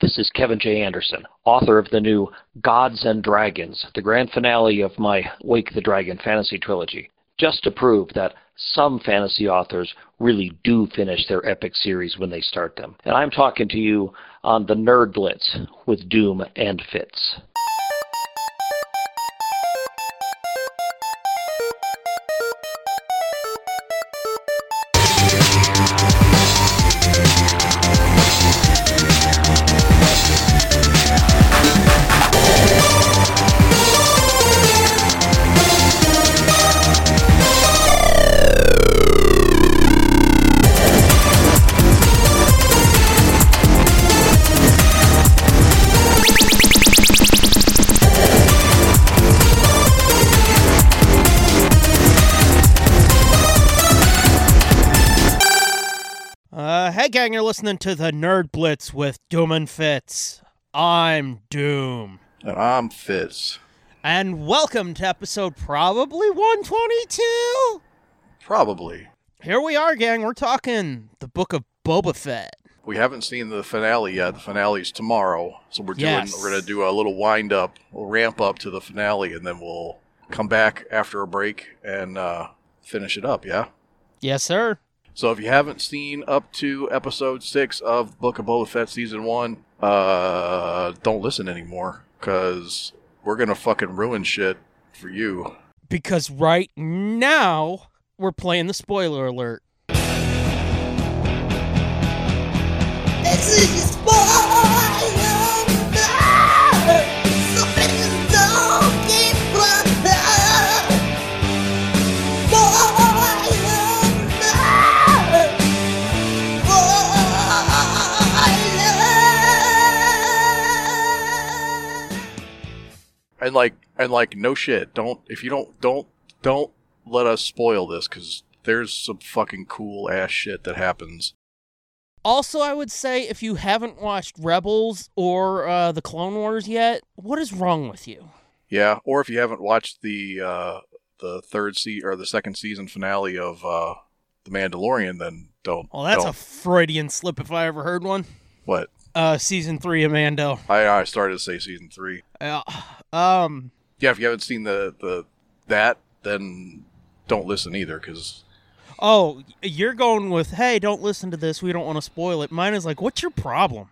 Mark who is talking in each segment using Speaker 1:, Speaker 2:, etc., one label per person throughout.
Speaker 1: guest is Kevin J. Anderson, author of the new Gods and Dragons, the grand finale of my Wake the Dragon fantasy trilogy, just to prove that some fantasy authors really do finish their epic series when they start them. And I'm talking to you on the Nerd Blitz with Doom and Fitz.
Speaker 2: Uh, hey, gang, you're listening to the Nerd Blitz with Doom and Fitz. I'm Doom.
Speaker 3: And I'm Fitz.
Speaker 2: And welcome to episode probably 122.
Speaker 3: Probably.
Speaker 2: Here we are, gang. We're talking the book of Boba Fett.
Speaker 3: We haven't seen the finale yet. The finale's tomorrow, so we're doing.
Speaker 2: Yes.
Speaker 3: We're gonna do a little wind up, we'll ramp up to the finale, and then we'll come back after a break and uh, finish it up. Yeah.
Speaker 2: Yes, sir.
Speaker 3: So if you haven't seen up to episode six of Book of Boba Fett season one, uh, don't listen anymore because we're gonna fucking ruin shit for you.
Speaker 2: Because right now, we're playing the spoiler alert.
Speaker 4: This is spoiler! Something you don't keep from Spoiler! Spoiler!
Speaker 3: and like and like no shit don't if you don't don't don't let us spoil this because there's some fucking cool ass shit that happens
Speaker 2: Also, I would say if you haven't watched Rebels or uh, the Clone Wars yet, what is wrong with you?
Speaker 3: yeah or if you haven't watched the uh the third se or the second season finale of uh the mandalorian then don't
Speaker 2: Well, that's
Speaker 3: don't.
Speaker 2: a Freudian slip if I ever heard one.
Speaker 3: what
Speaker 2: Uh, season three, Amando.
Speaker 3: i i started to say season three
Speaker 2: Yeah. Uh, Um.
Speaker 3: yeah if you haven't seen the the that then don't listen either because
Speaker 2: Oh, you're going with hey, don't listen to this. We don't want to spoil it. Mine is like, what's your problem?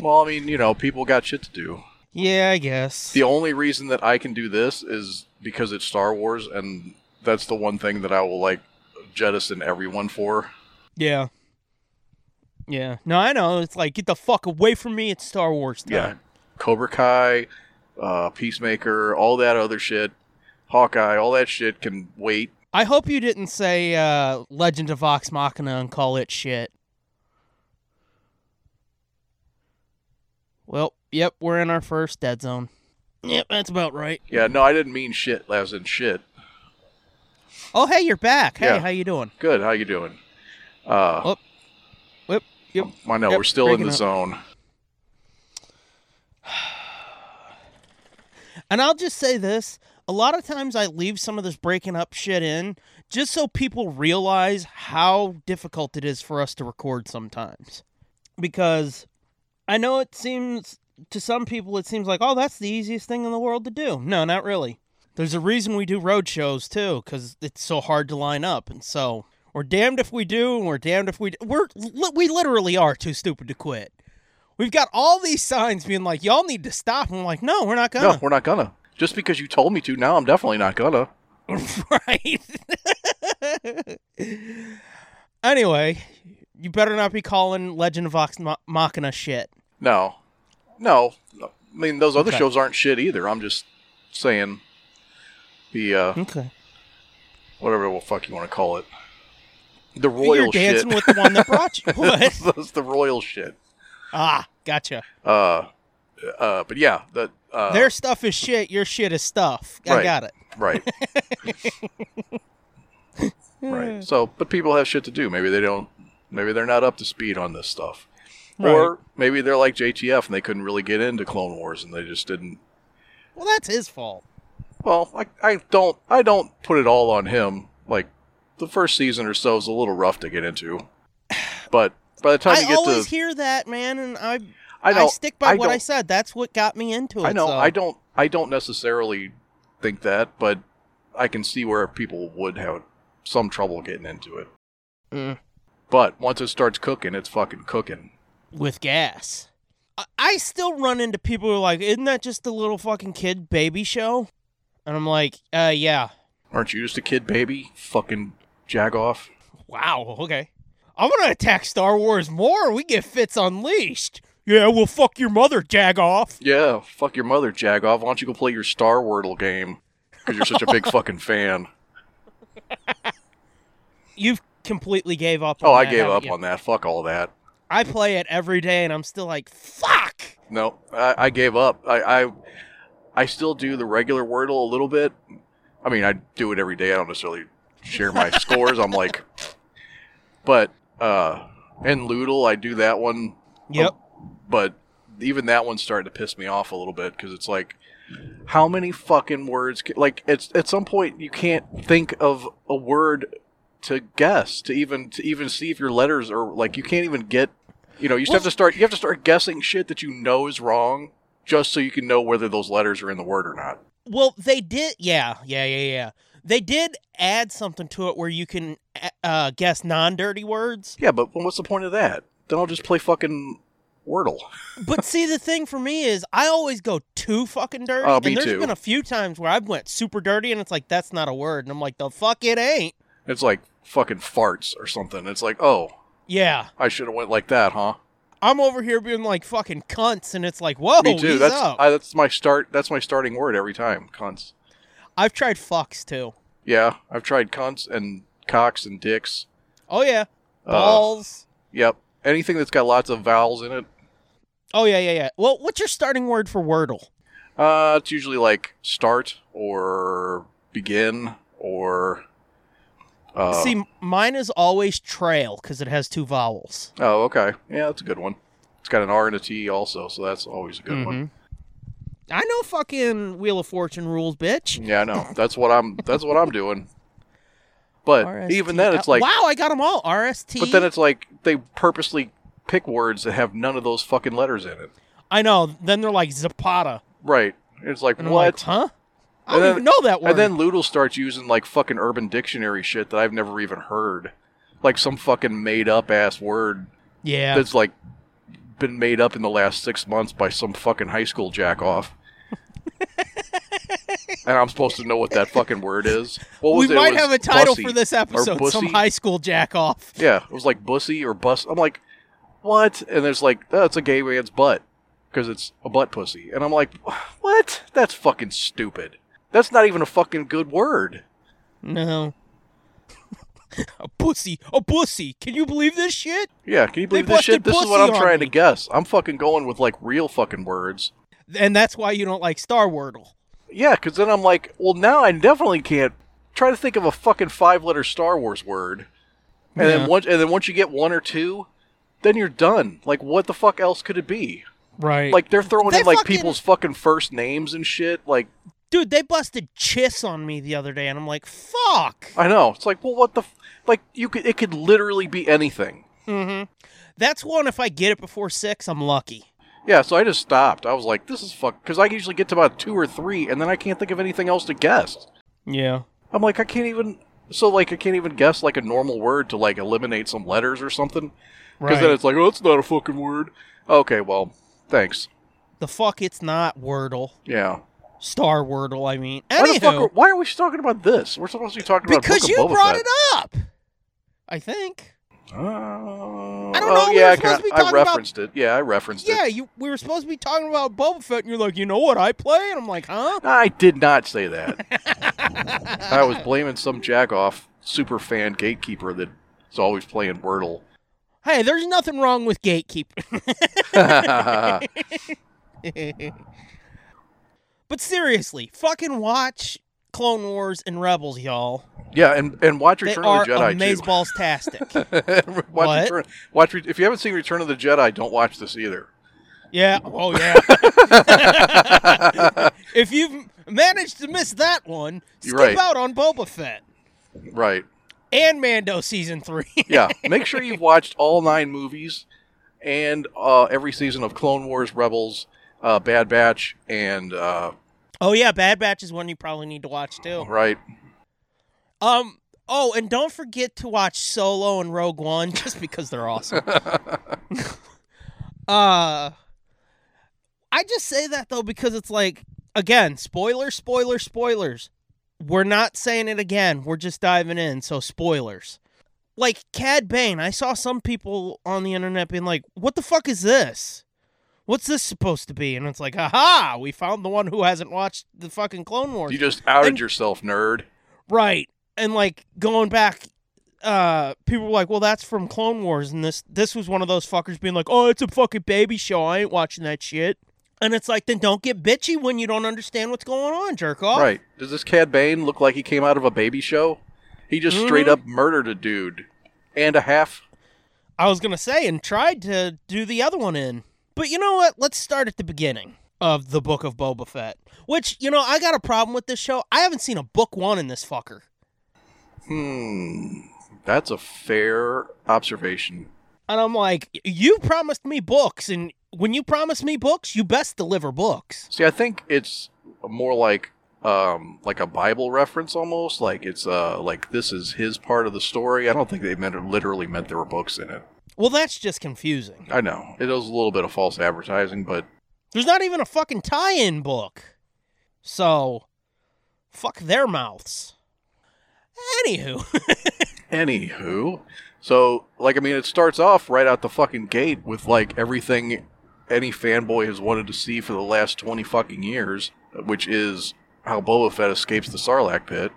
Speaker 3: well i mean you know people got shit to do
Speaker 2: Yeah, I guess.
Speaker 3: The only reason that I can do this is because it's Star Wars, and that's the one thing that I will like jettison everyone for.
Speaker 2: yeah. Yeah. No, I know. It's like get the fuck away from me. It's Star Wars time.
Speaker 3: Uh, Cobra Kai, uh, Peacemaker, all that other shit, Hawkeye, all that shit can wait.
Speaker 2: I hope you didn't say uh, Legend of Vox Machina and call it shit. Well, yep, we're in our first dead zone. Yep, that's about right.
Speaker 3: Yeah, no, I didn't mean shit as in shit.
Speaker 2: Oh, hey, you're back. Hey,
Speaker 3: Yeah.
Speaker 2: how you doing?
Speaker 3: Good, how you doing? Uh,
Speaker 2: Oh. Yep, yep.
Speaker 3: I know
Speaker 2: Yep,
Speaker 3: we're still in
Speaker 2: breaking
Speaker 3: the
Speaker 2: up.
Speaker 3: zone.
Speaker 2: And I'll just say this a lot of times I leave some of this breaking up shit in just so people realize how difficult it is for us to record sometimes. Because I know it seems to some people, it seems like, oh, that's the easiest thing in the world to do. No, not really. There's a reason we do road shows too, because it's so hard to line up. And so we're damned if we do, and we're damned if we do. We're, li- we literally are too stupid to quit. We've got all these signs being like, y'all need to stop. And I'm like, no, we're not going to.
Speaker 3: No, we're not gonna. Just because you told me to, now I'm definitely not gonna.
Speaker 2: right. anyway, you better not be calling Legend of Vox Ma- Machina shit.
Speaker 3: No, no. I mean, those other
Speaker 2: Okay.
Speaker 3: shows aren't shit either. I'm just saying the uh,
Speaker 2: Okay.
Speaker 3: whatever the fuck you want to call it,
Speaker 2: You're
Speaker 3: the royal shit.
Speaker 2: dancing with the one that brought you. What?
Speaker 3: That's the royal shit.
Speaker 2: ah, gotcha.
Speaker 3: Uh, uh, but yeah, that uh,
Speaker 2: Their stuff is shit. Your shit is stuff. I
Speaker 3: Right.
Speaker 2: got it.
Speaker 3: right, right. So, but people have shit to do. Maybe they don't. Maybe they're not up to speed on this stuff, or maybe they're like JTF and they couldn't really get into Clone Wars and they just didn't
Speaker 2: Well, that's his fault.
Speaker 3: Well, I, I don't I don't put it all on him. Like the first season or so is a little rough to get into, but By the time
Speaker 2: I
Speaker 3: you get
Speaker 2: always
Speaker 3: to,
Speaker 2: hear that, man, and I
Speaker 3: I know,
Speaker 2: stick by
Speaker 3: I
Speaker 2: what I
Speaker 3: don't-
Speaker 2: said. That's what got me into it.
Speaker 3: I know,
Speaker 2: so.
Speaker 3: I don't, I don't necessarily think that, but I can see where people would have some trouble getting into it.
Speaker 2: Mm.
Speaker 3: But once it starts cooking, it's fucking cooking.
Speaker 2: with gas. I, I still run into people who are like, isn't that just a little fucking kid baby show? And I'm like, uh, yeah.
Speaker 3: Aren't you just a kid, baby? Fucking jagoff.
Speaker 2: Wow, okay. I'm gonna attack Star Wars more. We get Fitz unleashed. Yeah, well, fuck your mother, Jagoff.
Speaker 3: Yeah, fuck your mother, jagoff. Why don't you go play your Star Wordle game? Because you're such a big fucking fan.
Speaker 2: You've completely gave up.
Speaker 3: Oh,
Speaker 2: on
Speaker 3: I
Speaker 2: that,
Speaker 3: gave
Speaker 2: haven't
Speaker 3: up
Speaker 2: you?
Speaker 3: on that. Fuck all that.
Speaker 2: I play it every day, and I'm still like, fuck.
Speaker 3: No, I, I gave up. I, I I still do the regular Wordle a little bit. I mean, I do it every day. I don't necessarily share my scores. I'm like, but uh, and Loodle, I do that one.
Speaker 2: Yep.
Speaker 3: But even that one's starting to piss me off a little bit because it's like, how many fucking words? Can, like, it's at some point you can't think of a word to guess to even to even see if your letters are like you can't even get. You know, you just have to start. You have to start guessing shit that you know is wrong, just so you can know whether those letters are in the word or not.
Speaker 2: Well, they did. Yeah, yeah, yeah, yeah. They did add something to it where you can uh, guess non-dirty words.
Speaker 3: Yeah, but what's the point of that? Then I'll just play fucking Wordle.
Speaker 2: But see, the thing for me is, I always go too fucking dirty.
Speaker 3: Oh, me
Speaker 2: and there's
Speaker 3: too.
Speaker 2: been a few times where I've went super dirty, and it's like that's not a word, and I'm like, the fuck it ain't.
Speaker 3: It's like fucking farts or something. It's like, oh,
Speaker 2: Yeah,
Speaker 3: I should have went like that, huh?
Speaker 2: I'm over here being like fucking cunts, and it's like, whoa,
Speaker 3: Me too.
Speaker 2: ease
Speaker 3: That's
Speaker 2: Oh, up.
Speaker 3: I, that's my start. That's my starting word every time. Cunts.
Speaker 2: I've tried fucks too.
Speaker 3: Yeah, I've tried cunts and cocks and dicks.
Speaker 2: Oh yeah,
Speaker 3: Uh,
Speaker 2: balls.
Speaker 3: Yep. Anything that's got lots of vowels in it.
Speaker 2: oh yeah, yeah, yeah. Well, what's your starting word for Wordle?
Speaker 3: Uh, it's usually like start or begin or. Uh,
Speaker 2: see, mine is always trail because it has two vowels.
Speaker 3: Oh, okay. Yeah, that's a good one. It's got an R and a T also, so that's always a good one.
Speaker 2: Mhm. I know fucking Wheel of Fortune rules, bitch.
Speaker 3: Yeah, I know. That's what I'm. That's what I'm doing. But even then, it's like.
Speaker 2: Uh, wow, I got them all. RST.
Speaker 3: But then it's like they purposely pick words that have none of those fucking letters in it.
Speaker 2: I know. Then they're like Zapata.
Speaker 3: Right. It's like
Speaker 2: And I'm like,
Speaker 3: what?
Speaker 2: huh? I
Speaker 3: And
Speaker 2: don't
Speaker 3: then-
Speaker 2: even know that word.
Speaker 3: and then Loodle starts using like fucking Urban Dictionary shit that I've never even heard, like some fucking made up ass word
Speaker 2: yeah.
Speaker 3: that's like been made up in the last six months by some fucking high school jack off. and I'm supposed to know what that fucking word is. What
Speaker 2: we
Speaker 3: was it? It
Speaker 2: might
Speaker 3: was
Speaker 2: have a title
Speaker 3: bussy
Speaker 2: for this episode
Speaker 3: or
Speaker 2: some
Speaker 3: bussy?
Speaker 2: high school jack off.
Speaker 3: Yeah, it was like bussy or bus. I'm like, what? And there's like, oh, it's a gay man's butt because it's a butt pussy. And I'm like, what? That's fucking stupid. That's not even a fucking good word.
Speaker 2: No. a pussy. A pussy. Can you believe this shit?
Speaker 3: Yeah, can you
Speaker 2: They
Speaker 3: believe this shit?
Speaker 2: busted
Speaker 3: This is what
Speaker 2: pussy
Speaker 3: I'm
Speaker 2: on
Speaker 3: trying
Speaker 2: me.
Speaker 3: to guess. I'm fucking going with like real fucking words.
Speaker 2: And that's why you don't like Star Wordle.
Speaker 3: Yeah, because then I'm like, well, now I definitely can't try to think of a fucking five letter Star Wars word. And
Speaker 2: Yeah.
Speaker 3: then once, and then once you get one or two, then you're done. Like, what the fuck else could it be?
Speaker 2: Right.
Speaker 3: Like they're throwing
Speaker 2: They
Speaker 3: in like
Speaker 2: fucking-
Speaker 3: people's fucking first names and shit. Like
Speaker 2: dude, they busted Chiss on me the other day, and I'm like, fuck.
Speaker 3: I know it's like, well, what the f-? like you could it could literally be anything.
Speaker 2: hmm That's one. If I get it before six, I'm lucky.
Speaker 3: Yeah, so I just stopped. I was like, this is fuck because I usually get to about two or three, and then I can't think of anything else to guess.
Speaker 2: Yeah.
Speaker 3: I'm like, I can't even. So like, I can't even guess like a normal word to like eliminate some letters or something. Because then it's like, oh, it's not a fucking word. Okay, well, thanks.
Speaker 2: the fuck it's not Wordle.
Speaker 3: Yeah.
Speaker 2: Star Wordle, I mean.
Speaker 3: Why, the
Speaker 2: Anywho.
Speaker 3: fuck are, why are we talking about this? We're supposed to be talking about
Speaker 2: because
Speaker 3: Book
Speaker 2: you
Speaker 3: of Boba
Speaker 2: brought
Speaker 3: Fett.
Speaker 2: it up. I think.
Speaker 3: Oh,
Speaker 2: I don't
Speaker 3: oh,
Speaker 2: know, we were
Speaker 3: yeah, I,
Speaker 2: supposed to
Speaker 3: kinda-
Speaker 2: be
Speaker 3: I
Speaker 2: talking about-
Speaker 3: referenced it. Yeah, I referenced
Speaker 2: Yeah,
Speaker 3: it.
Speaker 2: you. We were supposed to be talking about Boba Fett, and you're like, you know what I play, and I'm like, huh?
Speaker 3: I did not say that. I was blaming some jackoff super fan gatekeeper that's always playing Wordle.
Speaker 2: Hey, there's nothing wrong with gatekeeping.
Speaker 3: yeah,
Speaker 2: but seriously, fucking watch Clone Wars and Rebels, y'all.
Speaker 3: and, and watch Return
Speaker 2: they are
Speaker 3: of the Jedi too.
Speaker 2: amazeballs tastic.
Speaker 3: watch
Speaker 2: What?
Speaker 3: Return, watch Re- if you haven't seen Return of the Jedi, don't watch this either.
Speaker 2: yeah. Oh yeah. if you've managed to miss that one,
Speaker 3: You're
Speaker 2: skip
Speaker 3: right.
Speaker 2: out on Boba Fett.
Speaker 3: Right.
Speaker 2: and Mando season three.
Speaker 3: yeah, make sure you've watched all nine movies and uh, every season of Clone Wars, Rebels, uh, Bad Batch, and uh,
Speaker 2: oh yeah, Bad Batch is one you probably need to watch too.
Speaker 3: right.
Speaker 2: Um. Oh, and don't forget to watch Solo and Rogue One just because they're awesome. uh, I just say that though because it's like again, spoilers, spoilers, spoilers. We're not saying it again. We're just diving in, so spoilers. Like Cad Bane, I saw some people on the internet being like, "What the fuck is this? What's this supposed to be?" And it's like, "Aha! We found the one who hasn't watched the fucking Clone Wars."
Speaker 3: You just outed
Speaker 2: And-
Speaker 3: yourself, nerd.
Speaker 2: Right. And like going back, uh, people were like, "Well, that's from Clone Wars," and this this was one of those fuckers being like, "Oh, it's a fucking baby show. I ain't watching that shit." And it's like, then don't get bitchy when you don't understand what's going on, jerk off.
Speaker 3: Right. Does this Cad Bane look like he came out of a baby show? He just straight
Speaker 2: Mhm.
Speaker 3: up murdered a dude and a half.
Speaker 2: I was gonna say, and tried to do the other one in, but you know what? Let's start at the beginning of the Book of Boba Fett. Which you know, I got a problem with this show. I haven't seen a book one in this fucker.
Speaker 3: Hmm. That's a fair observation.
Speaker 2: And I'm like, you promised me books, and when you promise me books, you best deliver books.
Speaker 3: See, I think it's more like um like a Bible reference almost. Like it's uh like this is his part of the story. I don't think they meant it literally meant there were books in it.
Speaker 2: Well, that's just confusing.
Speaker 3: I know. It was a little bit of false advertising, but
Speaker 2: There's not even a fucking tie in book. So, fuck their mouths. Anywho,
Speaker 3: anywho. So like I mean it starts off right out the fucking gate with like everything any fanboy has wanted to see for the last twenty fucking years, which is how Boba Fett escapes the Sarlacc pit.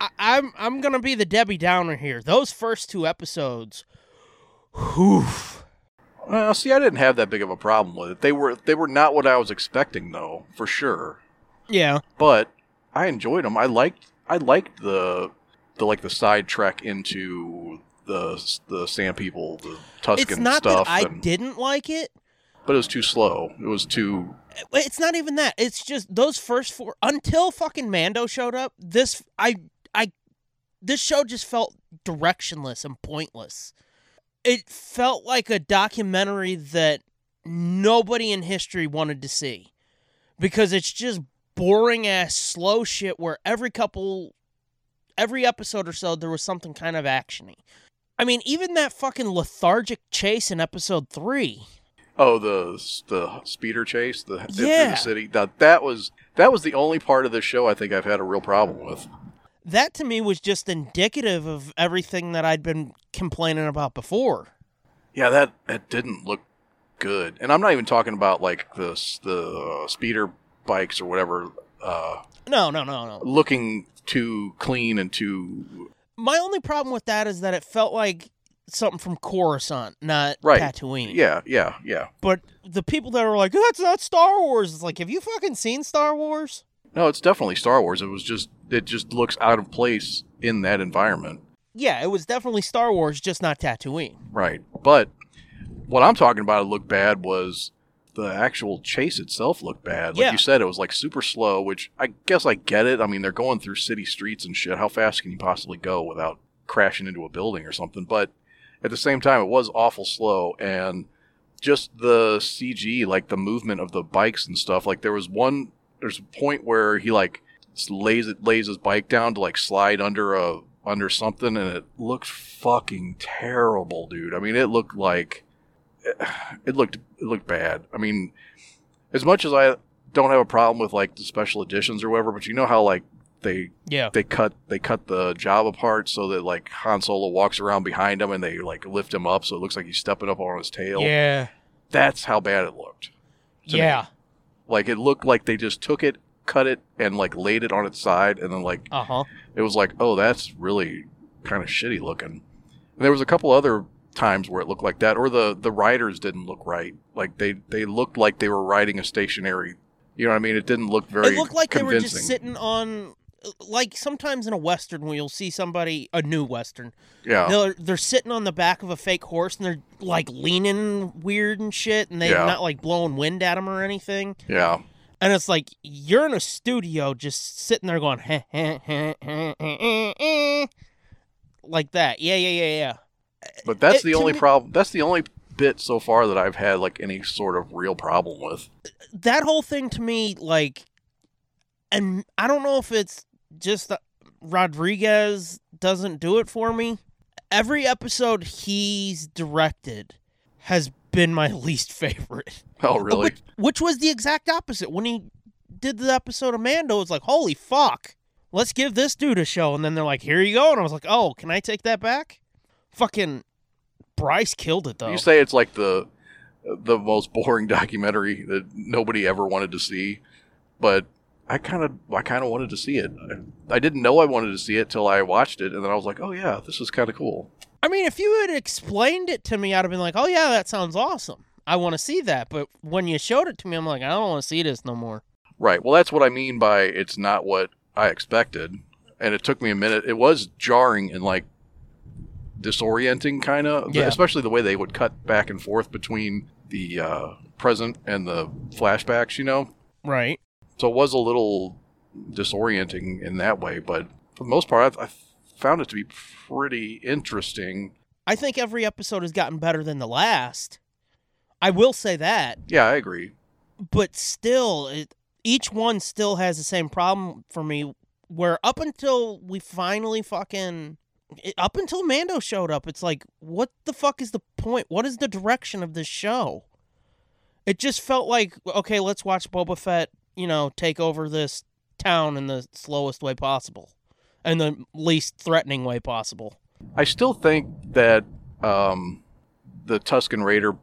Speaker 2: I- I'm I'm gonna be the Debbie Downer here. Those first two episodes, oof.
Speaker 3: Well, Uh, see, I didn't have that big of a problem with it. They were they were not what I was expecting, though, for sure.
Speaker 2: Yeah,
Speaker 3: But I enjoyed them. I liked I liked the the like the sidetrack into the the sand people, the Tuscan
Speaker 2: it's not
Speaker 3: stuff.
Speaker 2: that I
Speaker 3: and-
Speaker 2: didn't like it.
Speaker 3: But it was too slow. It was too
Speaker 2: It's not even that. It's just those first four until fucking Mando showed up. This I I this show just felt directionless and pointless. It felt like a documentary that nobody in history wanted to see because it's just boring ass slow shit where every couple every episode or so there was something kind of actiony. I mean, even that fucking lethargic chase in episode 3.
Speaker 3: oh the the speeder chase the through
Speaker 2: Yeah.
Speaker 3: the city that that was that was the only part of this show I think I've had a real problem with.
Speaker 2: that to me was just indicative of everything that I'd been complaining about before.
Speaker 3: Yeah, that that didn't look good. And I'm not even talking about like the s- the uh, speeder bikes or whatever uh,
Speaker 2: No, no, no, no.
Speaker 3: looking too clean and too
Speaker 2: My only problem with that is that it felt like something from Coruscant, not
Speaker 3: Right.
Speaker 2: Tatooine.
Speaker 3: yeah yeah yeah.
Speaker 2: But the people that were like, "That's not Star Wars," it's like, have you fucking seen Star Wars?
Speaker 3: No, it's definitely Star Wars. It was just it just looks out of place in that environment.
Speaker 2: Yeah, it was definitely Star Wars, just not Tatooine.
Speaker 3: Right. But what I'm talking about it looked bad was the actual chase itself looked bad. Like
Speaker 2: Yeah.
Speaker 3: you said, it was like super slow, which I guess I get it. I mean, they're going through city streets and shit. How fast can you possibly go without crashing into a building or something? But at the same time, it was awful slow and just the CG, like the movement of the bikes and stuff. Like there was one, there's a point where he like s- lays it lays his bike down to like slide under a under something, and it looked fucking terrible, dude. I mean, it looked like eh, it looked it looked bad. I mean, as much as I don't have a problem with like the special editions or whatever, but you know how like they
Speaker 2: Yeah.
Speaker 3: they cut they cut the job apart so that like Han Solo walks around behind him and they like lift him up so it looks like he's stepping up on his tail.
Speaker 2: Yeah.
Speaker 3: That's how bad it looked. To me.
Speaker 2: Yeah.
Speaker 3: Like it looked like they just took it, cut it, and like laid it on its side, and then like
Speaker 2: Uh huh.
Speaker 3: it was like, oh, that's really kind of shitty looking. And there was a couple other times where it looked like that, or the the riders didn't look right. Like they they looked like they were riding a stationary. You know what I mean? It didn't look very.
Speaker 2: It looked like
Speaker 3: convincing.
Speaker 2: they were just sitting on, like sometimes in a western, where you'll see somebody a new western
Speaker 3: Yeah.
Speaker 2: They're they're sitting on the back of a fake horse and they're like leaning weird and shit and they're
Speaker 3: Yeah.
Speaker 2: not like blowing wind at them or anything.
Speaker 3: Yeah.
Speaker 2: And it's like you're in a studio just sitting there going heh, heh, heh, heh, heh, eh, eh. like that. Yeah, yeah, yeah, yeah.
Speaker 3: But that's
Speaker 2: It-
Speaker 3: the
Speaker 2: to
Speaker 3: only
Speaker 2: me-
Speaker 3: problem. That's the only bit so far that I've had like any sort of real problem with.
Speaker 2: that whole thing to me, like, and I don't know if it's just that Rodriguez doesn't do it for me. Every episode he's directed has been my least favorite.
Speaker 3: Oh, really?
Speaker 2: Which, which was the exact opposite. When he did the episode of Mando, it's like, holy fuck, let's give this dude a show. And then they're like, here you go. And I was like, oh, can I take that back? Fucking Bryce killed it, though.
Speaker 3: You say it's like the the most boring documentary that nobody ever wanted to see, but I kind of I kind of wanted to see it. I, I didn't know I wanted to see it till I watched it, and then I was like, oh yeah, this is kind of cool.
Speaker 2: I mean, if you had explained it to me, I'd have been like, "Oh yeah, that sounds awesome. I want to see that." But when you showed it to me, I'm like, "I don't want to see this no more."
Speaker 3: Right. Well, that's what I mean by it's not what I expected, and it took me a minute. It was jarring and like disorienting, kind of,
Speaker 2: Yeah.
Speaker 3: especially the way they would cut back and forth between the uh, present and the flashbacks. You know,
Speaker 2: Right?
Speaker 3: so it was a little disorienting in that way. But for the most part, I, I found it to be pretty interesting.
Speaker 2: I think every episode has gotten better than the last. I will say that,
Speaker 3: Yeah, I agree.
Speaker 2: but still, it, each one still has the same problem for me. Where up until we finally fucking it- up until Mando showed up, it's like, what the fuck is the point? What is the direction of this show? It just felt like, okay, let's watch Boba Fett, you know, take over this town in the slowest way possible and the least threatening way possible.
Speaker 3: I still think that um, the Tuscan Raider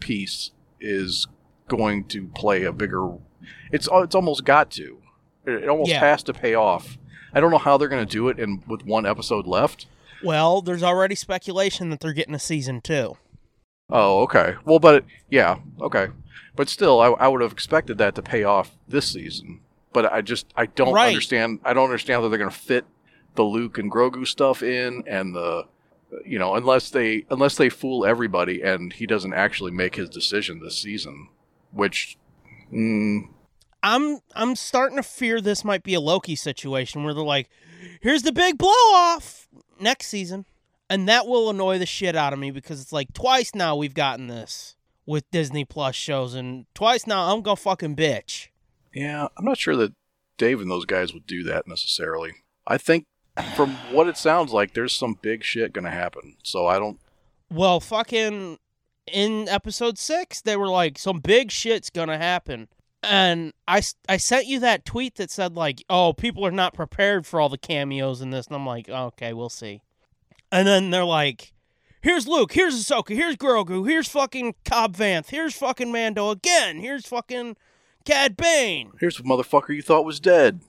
Speaker 3: piece is going to play a bigger. It's it's almost got to. It it almost
Speaker 2: Yeah.
Speaker 3: has to pay off. I don't know how they're going to do it, in with one episode left.
Speaker 2: Well, there's already speculation that they're getting a season two.
Speaker 3: Oh, okay. Well, but yeah, okay. But still, I, I would have expected that to pay off this season. But I just I don't
Speaker 2: Right.
Speaker 3: understand. I don't understand how they're going to fit the Luke and Grogu stuff in, and the you know unless they unless they fool everybody and he doesn't actually make his decision this season, which mm,
Speaker 2: I'm I'm starting to fear this might be a Loki situation where they're like, here's the big blow off next season. And that will annoy the shit out of me because it's like twice now we've gotten this with Disney Plus shows and twice now I'm gonna fucking bitch.
Speaker 3: yeah, I'm not sure that Dave and those guys would do that necessarily. I think from what it sounds like, there's some big shit going to happen. So I don't.
Speaker 2: Well, fucking in episode six, they were like, some big shit's gonna happen. And I, s- I sent you that tweet that said, like, oh, people are not prepared for all the cameos in this. And I'm like, okay, we'll see. And then they're like, here's Luke, here's Ahsoka, here's Grogu, here's fucking Cobb Vanth, here's fucking Mando again, here's fucking Cad Bane.
Speaker 3: Here's a motherfucker you thought was dead.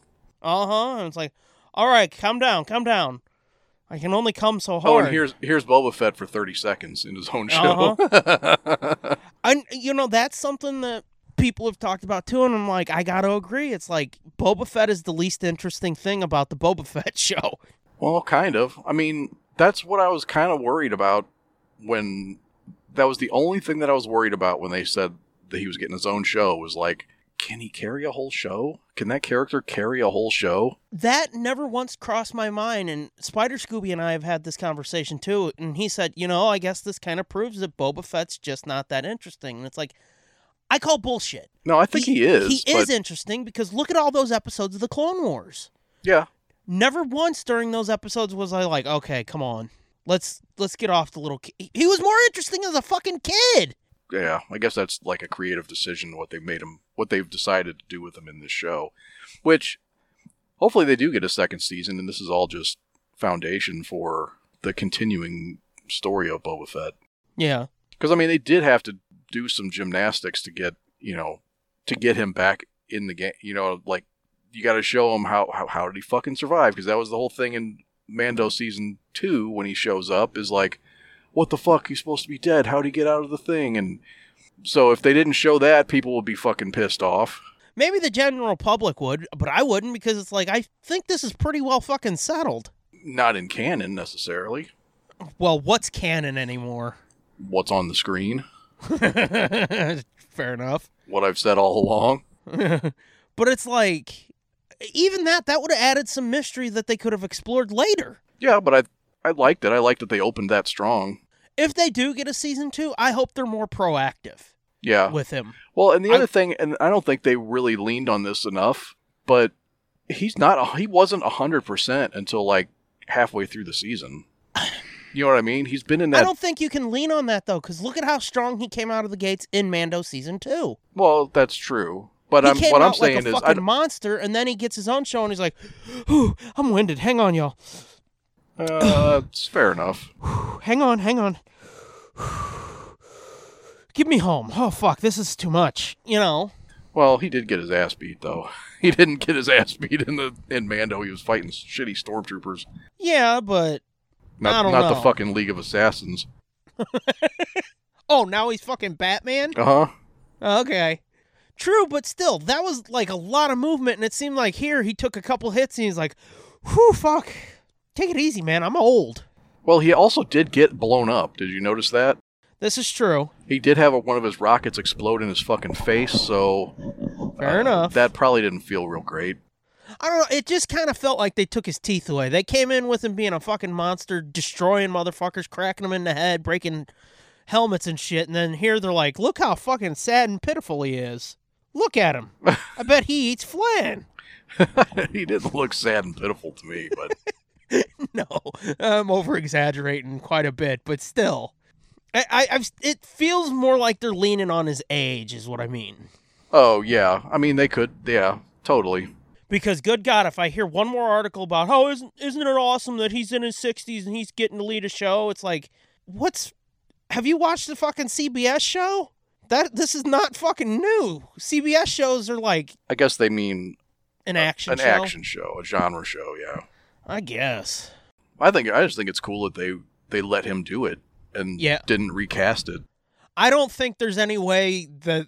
Speaker 2: Uh huh. And it's like, all right, calm down, calm down. I can only come so
Speaker 3: Oh,
Speaker 2: hard.
Speaker 3: and here's here's Boba Fett for thirty seconds in his own show.
Speaker 2: Uh-huh. I you know that's something that people have talked about too, and I'm like, I gotta agree. It's like Boba Fett is the least interesting thing about the Boba Fett show.
Speaker 3: well, kind of. I mean, that's what I was kind of worried about when that was the only thing that I was worried about when they said that he was getting his own show was like, can he carry a whole show? Can that character carry a whole show?
Speaker 2: That never once crossed my mind, and Spider Scooby and I have had this conversation too, and he said, you know, I guess this kind of proves that Boba Fett's just not that interesting, and it's like, I call bullshit.
Speaker 3: No, I think he, is.
Speaker 2: He
Speaker 3: but-
Speaker 2: is interesting because look at all those episodes of the Clone Wars.
Speaker 3: Yeah.
Speaker 2: never once during those episodes was I like, okay, come on, let's let's get off the little. Ki-. He- He was more interesting as a fucking kid.
Speaker 3: yeah, I guess that's like a creative decision what they made him, what they've decided to do with him in this show, which hopefully they do get a second season, and this is all just foundation for the continuing story of Boba Fett.
Speaker 2: Yeah,
Speaker 3: Because I mean, they did have to do some gymnastics to get you know to get him back in the game. You know, like you got to show him how, how how did he fucking survive? Because that was the whole thing in Mando season two when he shows up is like, what the fuck? He's supposed to be dead. How would he get out of the thing? And so if they didn't show that, people would be fucking pissed off.
Speaker 2: maybe the general public would, but I wouldn't because it's like I think this is pretty well fucking settled.
Speaker 3: Not in canon necessarily.
Speaker 2: Well, what's canon anymore?
Speaker 3: What's on the screen?
Speaker 2: Fair enough,
Speaker 3: What I've said all along.
Speaker 2: but it's like even that that would have added some mystery that they could have explored later.
Speaker 3: Yeah, but I I liked it. I liked that they opened that strong.
Speaker 2: If they do get a season two, I hope they're more proactive
Speaker 3: Yeah.
Speaker 2: with him.
Speaker 3: Well, and the
Speaker 2: I-
Speaker 3: other thing, and I don't think they really leaned on this enough, but he's not. He wasn't hundred percent until like halfway through the season. You know what I mean? He's been in
Speaker 2: I
Speaker 3: that.
Speaker 2: don't think you can lean on that though, because look at how strong he came out of the gates in Mando season two.
Speaker 3: Well, that's true. But
Speaker 2: he
Speaker 3: I'm,
Speaker 2: came
Speaker 3: what
Speaker 2: out
Speaker 3: I'm saying
Speaker 2: like a
Speaker 3: is, I,
Speaker 2: fucking monster, and then he gets his own show, and he's like, "Whew, "I'm winded. Hang on, y'all.
Speaker 3: uh, it's fair enough.
Speaker 2: Hang on, hang on. Give me home. Oh fuck, this is too much. You know."
Speaker 3: Well, he did get his ass beat though. He didn't get his ass beat in the in Mando. He was fighting shitty stormtroopers.
Speaker 2: Yeah, but
Speaker 3: Not
Speaker 2: I don't
Speaker 3: not
Speaker 2: know.
Speaker 3: the fucking League of Assassins.
Speaker 2: oh, now he's fucking Batman.
Speaker 3: Uh huh.
Speaker 2: Okay. True, but still, that was like a lot of movement, and it seemed like here he took a couple hits, and he's like, "Whew, fuck, take it easy, man. I'm old."
Speaker 3: Well, he also did get blown up. Did you notice that?
Speaker 2: This is true.
Speaker 3: He did have a, one of his rockets explode in his fucking face, so
Speaker 2: Fair
Speaker 3: uh,
Speaker 2: enough.
Speaker 3: That probably didn't feel real great.
Speaker 2: I don't know. It just kind of felt like they took his teeth away. They came in with him being a fucking monster, destroying motherfuckers, cracking them in the head, breaking helmets and shit. And then here they're like, look how fucking sad and pitiful he is. Look at him. I bet he eats flan.
Speaker 3: he didn't look sad and pitiful to me, but
Speaker 2: No, I'm over exaggerating quite a bit, but still. I, I, I've, it feels more like they're leaning on his age, is what I mean.
Speaker 3: oh yeah, I mean they could, yeah, totally.
Speaker 2: Because good God, if I hear one more article about oh isn't isn't it awesome that he's in his sixties and he's getting to lead a show, it's like, what's have you watched the fucking CBS show? That this is not fucking new. CBS shows are like
Speaker 3: I guess they mean
Speaker 2: an action
Speaker 3: Uh, an
Speaker 2: show.
Speaker 3: action show, a genre show, yeah.
Speaker 2: I guess.
Speaker 3: I think I just think it's cool that they they let him do it and
Speaker 2: Yeah.
Speaker 3: didn't recast it.
Speaker 2: I don't think there's any way that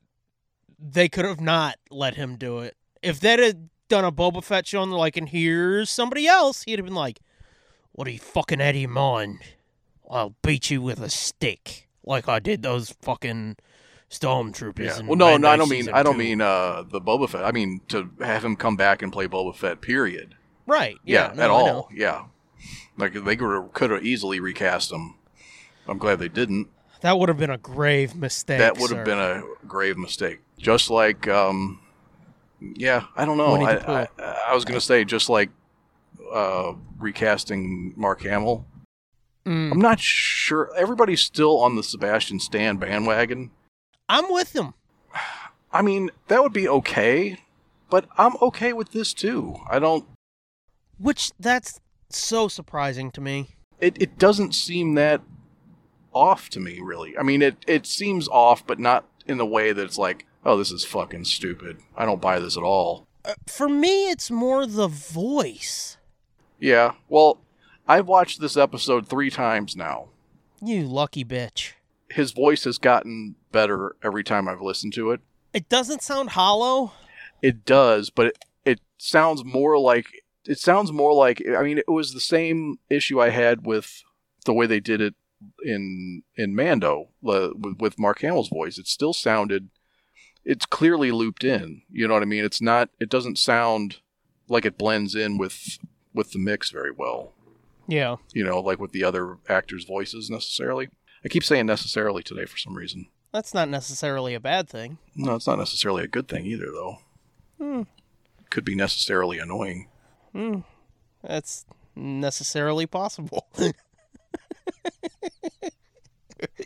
Speaker 2: they could have not let him do it. If they'd have done a Boba Fett show and they're like, and here's somebody else, he'd have been like, What are you fucking out of your mind? I'll beat you with a stick like I did those fucking stormtroopers.
Speaker 3: Yeah.
Speaker 2: in
Speaker 3: Well, no, no, I
Speaker 2: Bandai
Speaker 3: don't mean
Speaker 2: season
Speaker 3: I don't
Speaker 2: two."
Speaker 3: mean uh, the Boba Fett. I mean to have him come back and play Boba Fett. Period.
Speaker 2: right.
Speaker 3: Yeah,
Speaker 2: Yeah, no,
Speaker 3: at
Speaker 2: I
Speaker 3: all.
Speaker 2: know.
Speaker 3: Yeah, like they could have easily recast him. I'm glad they didn't.
Speaker 2: That would have been a grave mistake.
Speaker 3: that would
Speaker 2: sir.
Speaker 3: have been a grave mistake. Just like, um, yeah, I don't know.
Speaker 2: Winnie the
Speaker 3: I, I, I was gonna say just like uh, recasting Mark Hamill.
Speaker 2: Mm.
Speaker 3: I'm not sure. Everybody's still on the Sebastian Stan bandwagon.
Speaker 2: I'm with him.
Speaker 3: I mean, that would be okay, but I'm okay with this too. I don't.
Speaker 2: Which that's so surprising to me.
Speaker 3: It it doesn't seem that off to me really. I mean, it it seems off, but not in the way that it's like, oh, this is fucking stupid. I don't buy this at all.
Speaker 2: Uh, for me, it's more the voice.
Speaker 3: Yeah. Well, I've watched this episode three times now.
Speaker 2: You lucky bitch.
Speaker 3: His voice has gotten better every time I've listened to it.
Speaker 2: It doesn't sound hollow.
Speaker 3: It does, but it, it sounds more like it sounds more like I mean it was the same issue I had with the way they did it in in Mando uh, with, with Mark Hamill's voice. It still sounded it's clearly looped in. You know what I mean? It's not it doesn't sound like it blends in with with the mix very well.
Speaker 2: Yeah.
Speaker 3: you know, like with the other actors' voices necessarily. I keep saying necessarily today for some reason.
Speaker 2: That's not necessarily a bad thing.
Speaker 3: No, it's not necessarily a good thing either, though.
Speaker 2: Hmm.
Speaker 3: Could be necessarily annoying.
Speaker 2: Hmm. That's necessarily possible.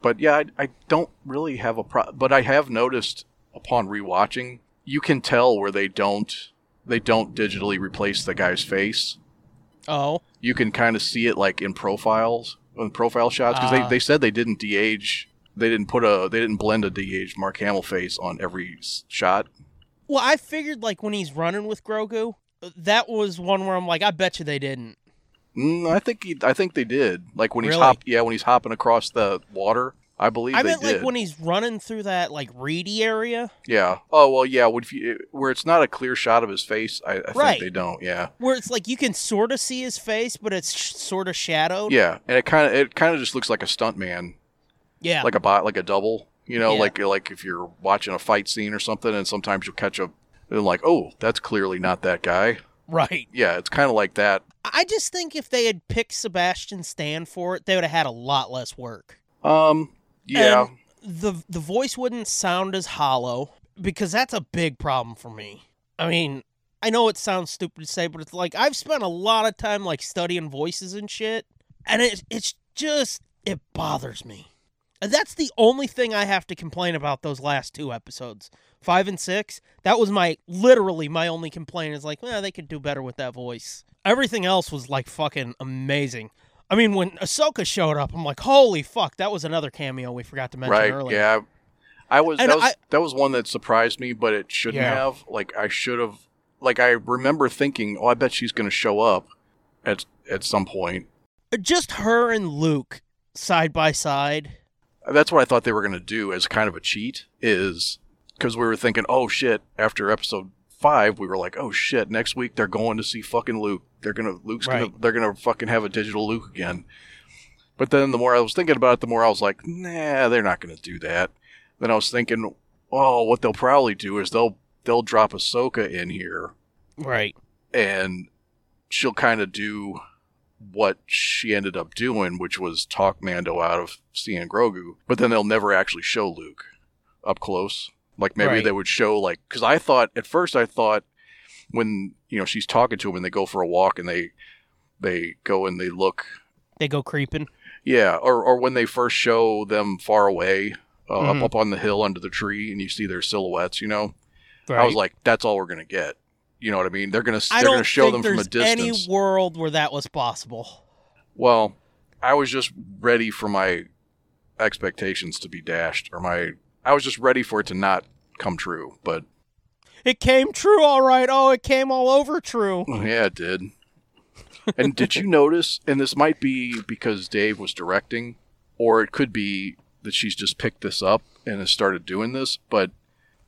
Speaker 3: But yeah, I, I don't really have a pro. But I have noticed upon rewatching, you can tell where they don't they don't digitally replace the guy's face.
Speaker 2: oh.
Speaker 3: You can kind of see it like in profiles, in profile shots, because
Speaker 2: Ah.
Speaker 3: they, they said they didn't de-age, they didn't put a, they didn't blend a de-aged Mark Hamill face on every s- shot.
Speaker 2: Well, I figured like when he's running with Grogu, that was one where I'm like, I bet you they didn't.
Speaker 3: Mm, I think he, I think they did. Like when he's
Speaker 2: Really?
Speaker 3: hop, yeah, when he's hopping across the water, I believe
Speaker 2: I
Speaker 3: they
Speaker 2: meant
Speaker 3: did.
Speaker 2: like when he's running through that like reedy area
Speaker 3: yeah. Oh well, yeah. Would if you, where it's not a clear shot of his face, I, I
Speaker 2: Right.
Speaker 3: think they don't. Yeah,
Speaker 2: where it's like you can sort of see his face, but it's sh- sort of shadowed.
Speaker 3: yeah. And it kind of, it kind of just looks like a stunt man,
Speaker 2: Yeah.
Speaker 3: like a bot, like a double. You know,
Speaker 2: Yeah.
Speaker 3: like like if you're watching a fight scene or something, and sometimes you'll catch a, and like, oh, that's clearly not that guy.
Speaker 2: right.
Speaker 3: Yeah, it's kind of like that.
Speaker 2: I just think if they had picked Sebastian Stan for it, they would have had a lot less work.
Speaker 3: Um, yeah,
Speaker 2: And the the voice wouldn't sound as hollow because that's a big problem for me. I mean, I know it sounds stupid to say, but it's like I've spent a lot of time like studying voices and shit, and it it's just it bothers me. And that's the only thing I have to complain about those last two episodes, five and six. That was my literally my only complaint is like, well, they could do better with that voice. Everything else was like fucking amazing. I mean, when Ahsoka showed up, I'm like, holy fuck, that was another cameo we forgot to mention
Speaker 3: right.
Speaker 2: earlier.
Speaker 3: Yeah, I was
Speaker 2: And
Speaker 3: that was
Speaker 2: I-
Speaker 3: that was one that surprised me, but it shouldn't
Speaker 2: Yeah.
Speaker 3: have. Like I should have. Like I remember thinking, oh, I bet she's going to show up at at some point.
Speaker 2: Just her and Luke side by side.
Speaker 3: That's what I thought they were going to do as kind of a cheat is because we were thinking, oh shit, after episode five, we were like, oh shit, next week they're going to see fucking Luke. They're gonna Luke's gonna
Speaker 2: Right.
Speaker 3: they're gonna fucking have a digital Luke again. But then the more I was thinking about it, the more I was like, nah, they're not going to do that. Then I was thinking, oh, what they'll probably do is they'll they'll drop Ahsoka in here
Speaker 2: Right.
Speaker 3: and she'll kind of do what she ended up doing, which was talk Mando out of seeing Grogu, but then they'll never actually show Luke up close. Like maybe
Speaker 2: Right.
Speaker 3: they would show like because I thought at first I thought when you know she's talking to him and they go for a walk and they they go and they look
Speaker 2: They go creeping.
Speaker 3: yeah or or when they first show them far away uh,
Speaker 2: Mhm.
Speaker 3: up up on the hill under the tree and you see their silhouettes you know
Speaker 2: Right.
Speaker 3: I was like that's all we're gonna get you know what I mean they're gonna
Speaker 2: I
Speaker 3: they're
Speaker 2: don't
Speaker 3: gonna show them
Speaker 2: think
Speaker 3: from a
Speaker 2: there's
Speaker 3: distance
Speaker 2: any world where that was possible.
Speaker 3: Well, I was just ready for my expectations to be dashed, or my I was just ready for it to not come true. But
Speaker 2: It came true, all right. Oh, it came all over true.
Speaker 3: yeah, it did. And did you notice? And this might be because Dave was directing, or it could be that she's just picked this up and has started doing this. But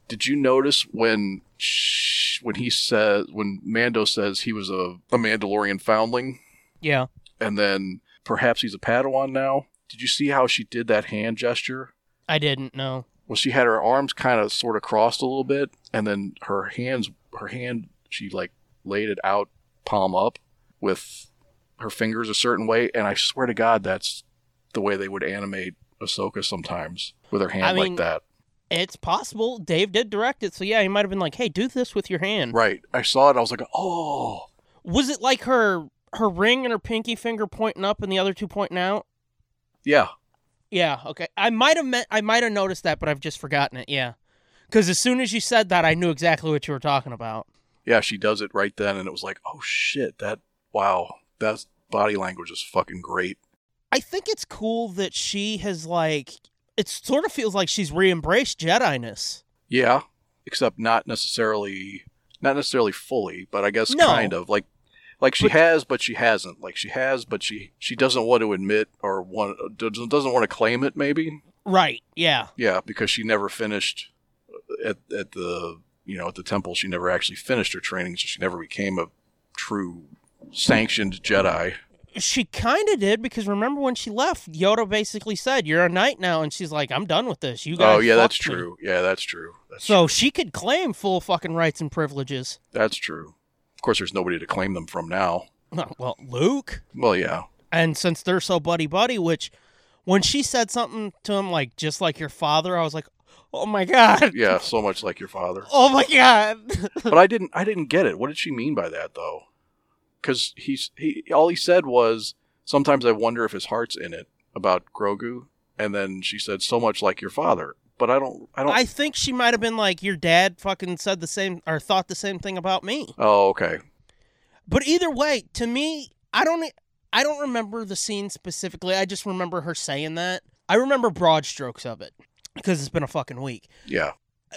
Speaker 3: did you notice when sh when he says when Mando says he was a, a Mandalorian foundling?
Speaker 2: Yeah.
Speaker 3: and then perhaps he's a Padawan now. Did you see how she did that hand gesture?
Speaker 2: I didn't know.
Speaker 3: Well, she had her arms kind of sort of crossed a little bit, and then her hands, her hand, she like laid it out, palm up, with her fingers a certain way. And I swear to God, that's the way they would animate Ahsoka sometimes with her hand
Speaker 2: I mean-
Speaker 3: like that.
Speaker 2: It's possible. Dave did direct it, so yeah, he might have been like, "Hey, do this with your hand."
Speaker 3: Right. I saw it. I was like, oh,
Speaker 2: Was it like her her ring and her pinky finger pointing up and the other two pointing out?
Speaker 3: yeah.
Speaker 2: Yeah. Okay. I might have meant I might have noticed that, but I've just forgotten it. Yeah. Because as soon as you said that, I knew exactly what you were talking about.
Speaker 3: yeah, she does it right then, and it was like, oh shit, that wow, that body language is fucking great.
Speaker 2: I think it's cool that she has like it sort of feels like she's re-embraced Jedi-ness.
Speaker 3: Yeah, except not necessarily, not necessarily fully, but I guess
Speaker 2: No.
Speaker 3: kind of like, like she
Speaker 2: But-
Speaker 3: has, but she hasn't. Like she has, but she she doesn't want to admit or want doesn't doesn't want to claim it. Maybe
Speaker 2: Right. Yeah.
Speaker 3: yeah, because she never finished at at the you know at the temple. She never actually finished her training, so she never became a true sanctioned Jedi.
Speaker 2: She kind of did because remember when she left, Yoda basically said, "You're a knight now," and she's like, "I'm done with this. You guys."
Speaker 3: Oh yeah, that's
Speaker 2: fucked me."
Speaker 3: true. Yeah, that's true. That's
Speaker 2: So she could claim full fucking rights and privileges.
Speaker 3: that's true. Of course, there's nobody to claim them from now.
Speaker 2: Well, Luke.
Speaker 3: Well, yeah,
Speaker 2: And since they're so buddy buddy, which when she said something to him like just like your father, I was like, "Oh my god.
Speaker 3: yeah, so much like your father.
Speaker 2: Oh my god."
Speaker 3: but I didn't I didn't get it. What did she mean by that though? Because he's he all he said was sometimes I wonder if his heart's in it about Grogu, and then she said so much like your father. But I don't I don't.
Speaker 2: I think she might have been like, "Your dad fucking said the same or thought the same thing about me."
Speaker 3: oh okay.
Speaker 2: But either way, to me, I don't e, I don't remember the scene specifically. I just remember her saying that. I remember broad strokes of it because it's been a fucking week.
Speaker 3: Yeah.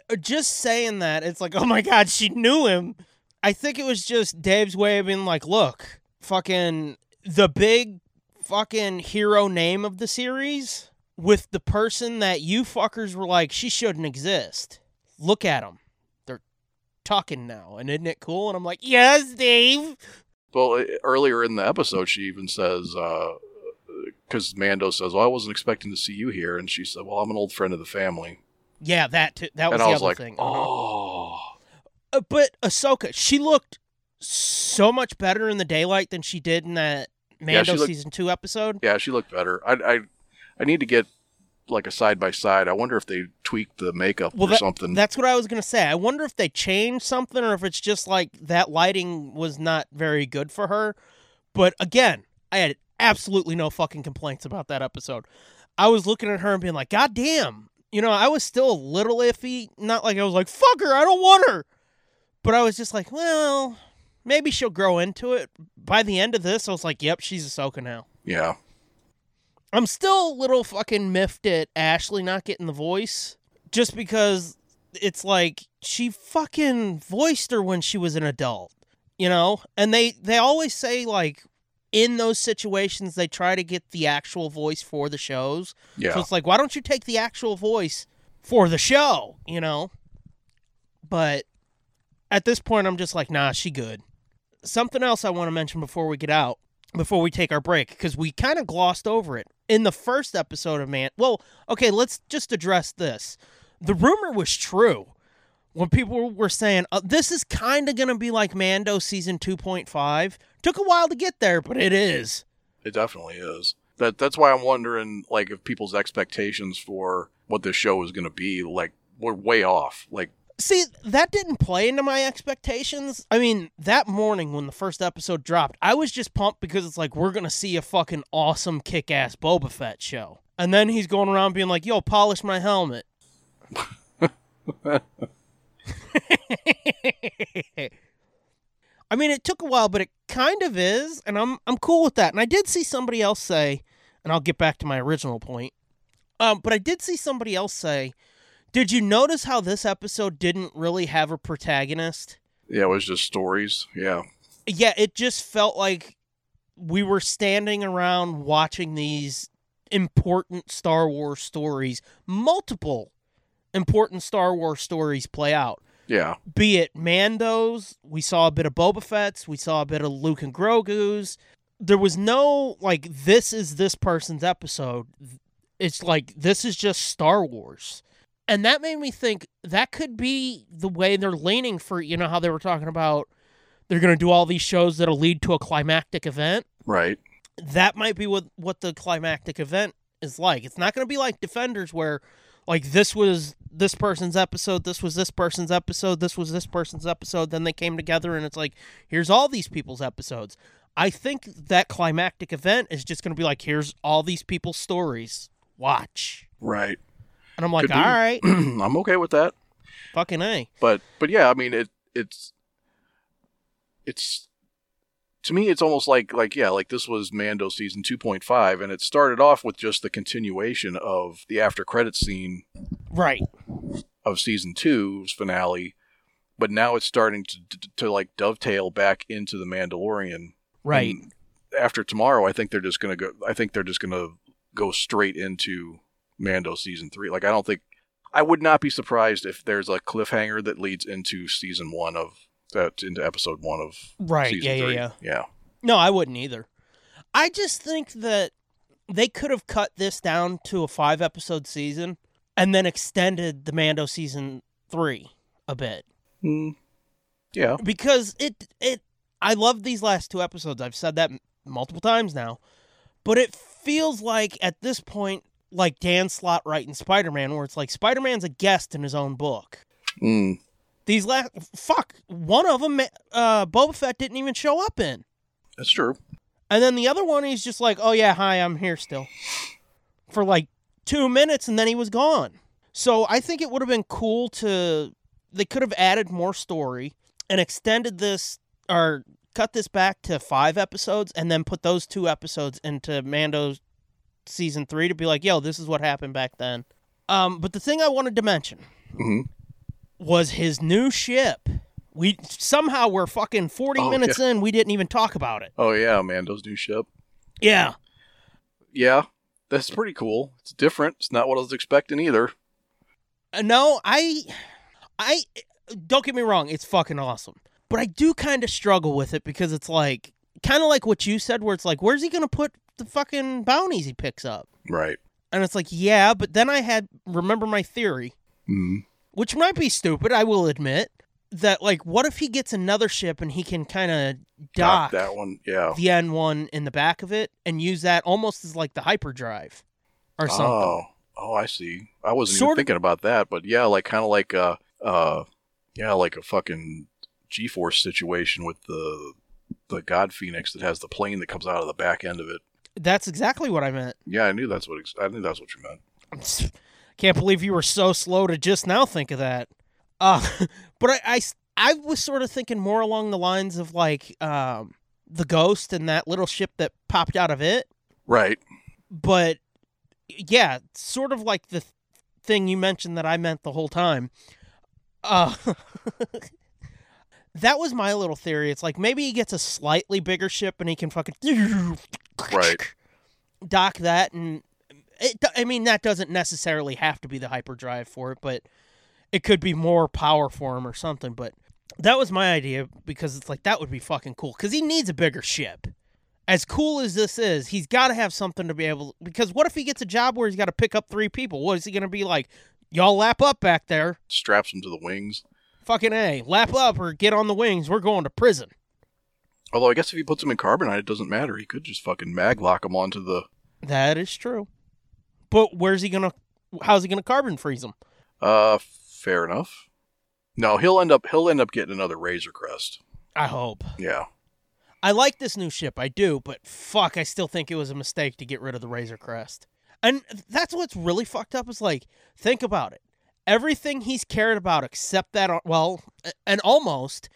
Speaker 2: Uh, Just saying that, it's like, "Oh my god, she knew him." I think it was just Dave's way of being like, "Look, fucking the big fucking hero name of the series with the person that you fuckers were like, she shouldn't exist. Look at them. They're talking now, and isn't it cool?" And I'm like, "Yes, Dave."
Speaker 3: Well, e- earlier in the episode, she even says because Mando says, "Well, I wasn't expecting to see you here," and she said, "Well, I'm an old friend of the family,"
Speaker 2: Yeah, that too. That was
Speaker 3: and
Speaker 2: the
Speaker 3: I was
Speaker 2: other
Speaker 3: like,
Speaker 2: thing. Uh-huh.
Speaker 3: "Oh,
Speaker 2: Uh, but Ahsoka, she looked so much better in the daylight than she did in that
Speaker 3: Yeah,
Speaker 2: Mando
Speaker 3: she looked-
Speaker 2: season two episode.
Speaker 3: Yeah, she looked better. I I, I need to get like a side by side. I wonder if they tweaked the makeup
Speaker 2: Well,
Speaker 3: or
Speaker 2: that-
Speaker 3: something.
Speaker 2: That's what I was gonna say. I wonder if they changed something or if it's just like that lighting was not very good for her. But again, I had absolutely no fucking complaints about that episode. I was looking at her and being like, God damn. You know, I was still a little iffy. Not like I was like, fuck her, I don't want her. But I was just like, well, maybe she'll grow into it. By the end of this, I was like, yep, she's Ahsoka now.
Speaker 3: yeah,
Speaker 2: I'm still a little fucking miffed at Ashley not getting the voice just because it's like she fucking voiced her when she was an adult, you know? And they they always say like in those situations they try to get the actual voice for the shows. So
Speaker 3: yeah.
Speaker 2: it's like why don't you take the actual voice for the show, you know? But at this point I'm just like, nah, she good. Something else I want to mention before we get out before we take our break because we kind of glossed over it in the first episode of Man. Well, okay, let's just address this. The rumor was true when people were saying uh, this is kind of going to be like Mando season 2.5. Took a while to get there, but it is.
Speaker 3: It definitely is. That that's why I'm wondering like if people's expectations for what this show is going to be like were way off. Like
Speaker 2: See, that didn't play into my expectations. I mean, that morning when the first episode dropped, I was just pumped because it's like we're gonna see a fucking awesome kick-ass Boba Fett show. And then he's going around being like, "Yo, polish my helmet." I mean, it took a while, but it kind of is, and I'm I'm cool with that. And I did see somebody else say, and I'll get back to my original point. Um, but I did see somebody else say did you notice how this episode didn't really have a protagonist?
Speaker 3: yeah, it was just stories. Yeah,
Speaker 2: Yeah, it just felt like we were standing around watching these important Star Wars stories, multiple important Star Wars stories play out.
Speaker 3: yeah,
Speaker 2: Be it Mando's, we saw a bit of Boba Fett's, we saw a bit of Luke and Grogu's. There was no like this is this person's episode. It's like this is just Star Wars. And that made me think that could be the way they're leaning for, you know, how they were talking about they're going to do all these shows that'll lead to a climactic event.
Speaker 3: right.
Speaker 2: That might be what, what the climactic event is like. It's not going to be like Defenders where, like, this was this person's episode, this was this person's episode, this was this person's episode, then they came together and it's like, here's all these people's episodes. I think that climactic event is just going to be like, here's all these people's stories. Watch.
Speaker 3: Right.
Speaker 2: And I'm like,
Speaker 3: Could
Speaker 2: all
Speaker 3: be.
Speaker 2: right,
Speaker 3: I'm okay with that.
Speaker 2: fucking A.
Speaker 3: but but yeah, I mean it it's it's to me it's almost like like yeah like this was Mando season 2.5 and it started off with just the continuation of the after credit scene
Speaker 2: Right.
Speaker 3: of season 2's finale but now it's starting to, to, to like dovetail back into the Mandalorian
Speaker 2: Right.
Speaker 3: And after tomorrow I think they're just going to go I think they're just going to go straight into Mando season 3 like I don't think I would not be surprised if there's a cliffhanger that leads into season 1 of that into episode 1 of
Speaker 2: right.
Speaker 3: season
Speaker 2: Yeah, yeah,
Speaker 3: 3
Speaker 2: yeah.
Speaker 3: yeah
Speaker 2: No, I wouldn't either. I just think that they could have cut this down to a five episode season and then extended the Mando season three a bit
Speaker 3: Hmm. yeah
Speaker 2: because it it I love these last two episodes. I've said that m- multiple times now, but it feels like at this point, like Dan Slott writing Spider Man, where it's like Spider Man's a guest in his own book.
Speaker 3: Hmm.
Speaker 2: These last fuck one of them, uh, Boba Fett didn't even show up in.
Speaker 3: that's true
Speaker 2: And then the other one, he's just like, oh, yeah, hi, I'm here still. For like two minutes, and then he was gone. So I think it would have been cool to. They could have added more story and extended this or cut this back to five episodes and then put those two episodes into Mando's season three to be like, yo, this is what happened back then. Um, but the thing I wanted to mention
Speaker 3: Mhm.
Speaker 2: was his new ship. We somehow we're fucking 40
Speaker 3: Oh,
Speaker 2: minutes in, we didn't even talk about it.
Speaker 3: oh yeah Mando's new ship
Speaker 2: Yeah.
Speaker 3: yeah that's pretty cool it's different it's not what I was expecting either
Speaker 2: Uh, no, I, I don't get me wrong. It's fucking awesome, but I do kind of struggle with it because it's like kind of like what you said, where it's like, where's he gonna put the fucking bounties he picks up?
Speaker 3: right
Speaker 2: And it's like, yeah, but then I had remember my theory,
Speaker 3: mm.
Speaker 2: which might be stupid, I will admit, that like what if he gets another ship and he can kind of dock
Speaker 3: Dock that one. Yeah.
Speaker 2: the N1 in the back of it and use that almost as like the hyperdrive or something.
Speaker 3: Oh, oh, I see. I wasn't
Speaker 2: Sort
Speaker 3: even
Speaker 2: of-
Speaker 3: thinking about that, but yeah, like kind of like uh uh yeah, like a fucking G-force situation with the the God Phoenix that has the plane that comes out of the back end of it.
Speaker 2: That's exactly what I meant.
Speaker 3: Yeah, I knew that's what ex- I knew that's what you meant.
Speaker 2: Can't believe you were so slow to just now think of that. Uh, but I, I s- I was sort of thinking more along the lines of like um, the ghost and that little ship that popped out of it.
Speaker 3: Right.
Speaker 2: But yeah, sort of like the th- thing you mentioned that I meant the whole time. Uh, that was my little theory. It's like maybe he gets a slightly bigger ship and he can fucking
Speaker 3: Right.
Speaker 2: dock that and it, do- I mean that doesn't necessarily have to be the hyperdrive for it, but it could be more power for him or something. But that was my idea because it's like that would be fucking cool because he needs a bigger ship. As cool as this is, he's got to have something to be able. Because what if he gets a job where he's got to pick up three people? What is he going to be like? Y'all lap up back there,
Speaker 3: Straps him to the wings.
Speaker 2: fucking a lap up or get on the wings. We're going to prison.
Speaker 3: Although I guess if he puts him in carbonite, it doesn't matter. He could just fucking maglock him onto the.
Speaker 2: That is true. But where's he gonna? How's he gonna carbon freeze him?
Speaker 3: Uh, fair enough. No, he'll end up he'll end up getting another Razor Crest.
Speaker 2: I hope.
Speaker 3: Yeah.
Speaker 2: I like this new ship, I do, but fuck, I still think it was a mistake to get rid of the Razor Crest. And that's what's really fucked up is like, think about it. Everything he's cared about except that, ar- well, a- and almost,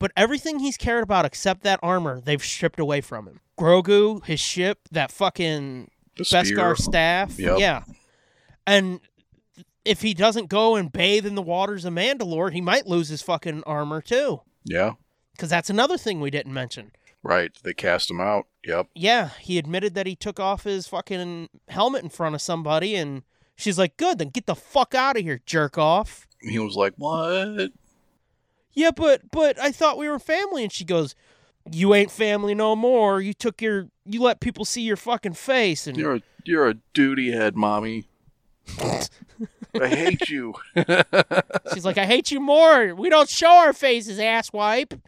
Speaker 2: but everything he's cared about except that armor, they've stripped away from him. Grogu, his ship, that fucking
Speaker 3: The
Speaker 2: Beskar
Speaker 3: spear.
Speaker 2: staff.
Speaker 3: Yep.
Speaker 2: Yeah. And if he doesn't go and bathe in the waters of Mandalore, he might lose his fucking armor too.
Speaker 3: Yeah.
Speaker 2: Because that's another thing we didn't mention.
Speaker 3: Right. They cast him out. Yep.
Speaker 2: Yeah, he admitted that he took off his fucking helmet in front of somebody, and she's like, "Good, then get the fuck out of here, jerk off."
Speaker 3: He was like, "What?"
Speaker 2: Yeah, but but I thought we were family, and she goes, "You ain't family no more. You took your you let people see your fucking face." And
Speaker 3: You're a, you're a duty head, mommy. I hate you.
Speaker 2: she's like, "I hate you more. We don't show our faces, asswipe."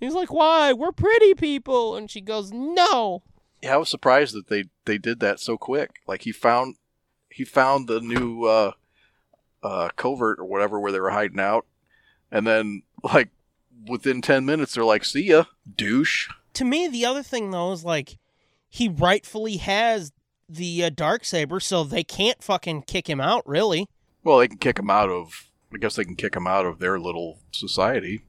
Speaker 2: He's like, "Why? We're pretty people." And she goes, "No."
Speaker 3: Yeah, I was surprised that they they did that so quick. Like he found he found the new uh, uh, covert or whatever where they were hiding out, and then like within ten minutes they're like, "See ya, douche."
Speaker 2: to me the other thing though is like he rightfully has the uh, dark saber so they can't fucking kick him out really
Speaker 3: Well, they can kick him out of. I guess they can kick him out of their little society,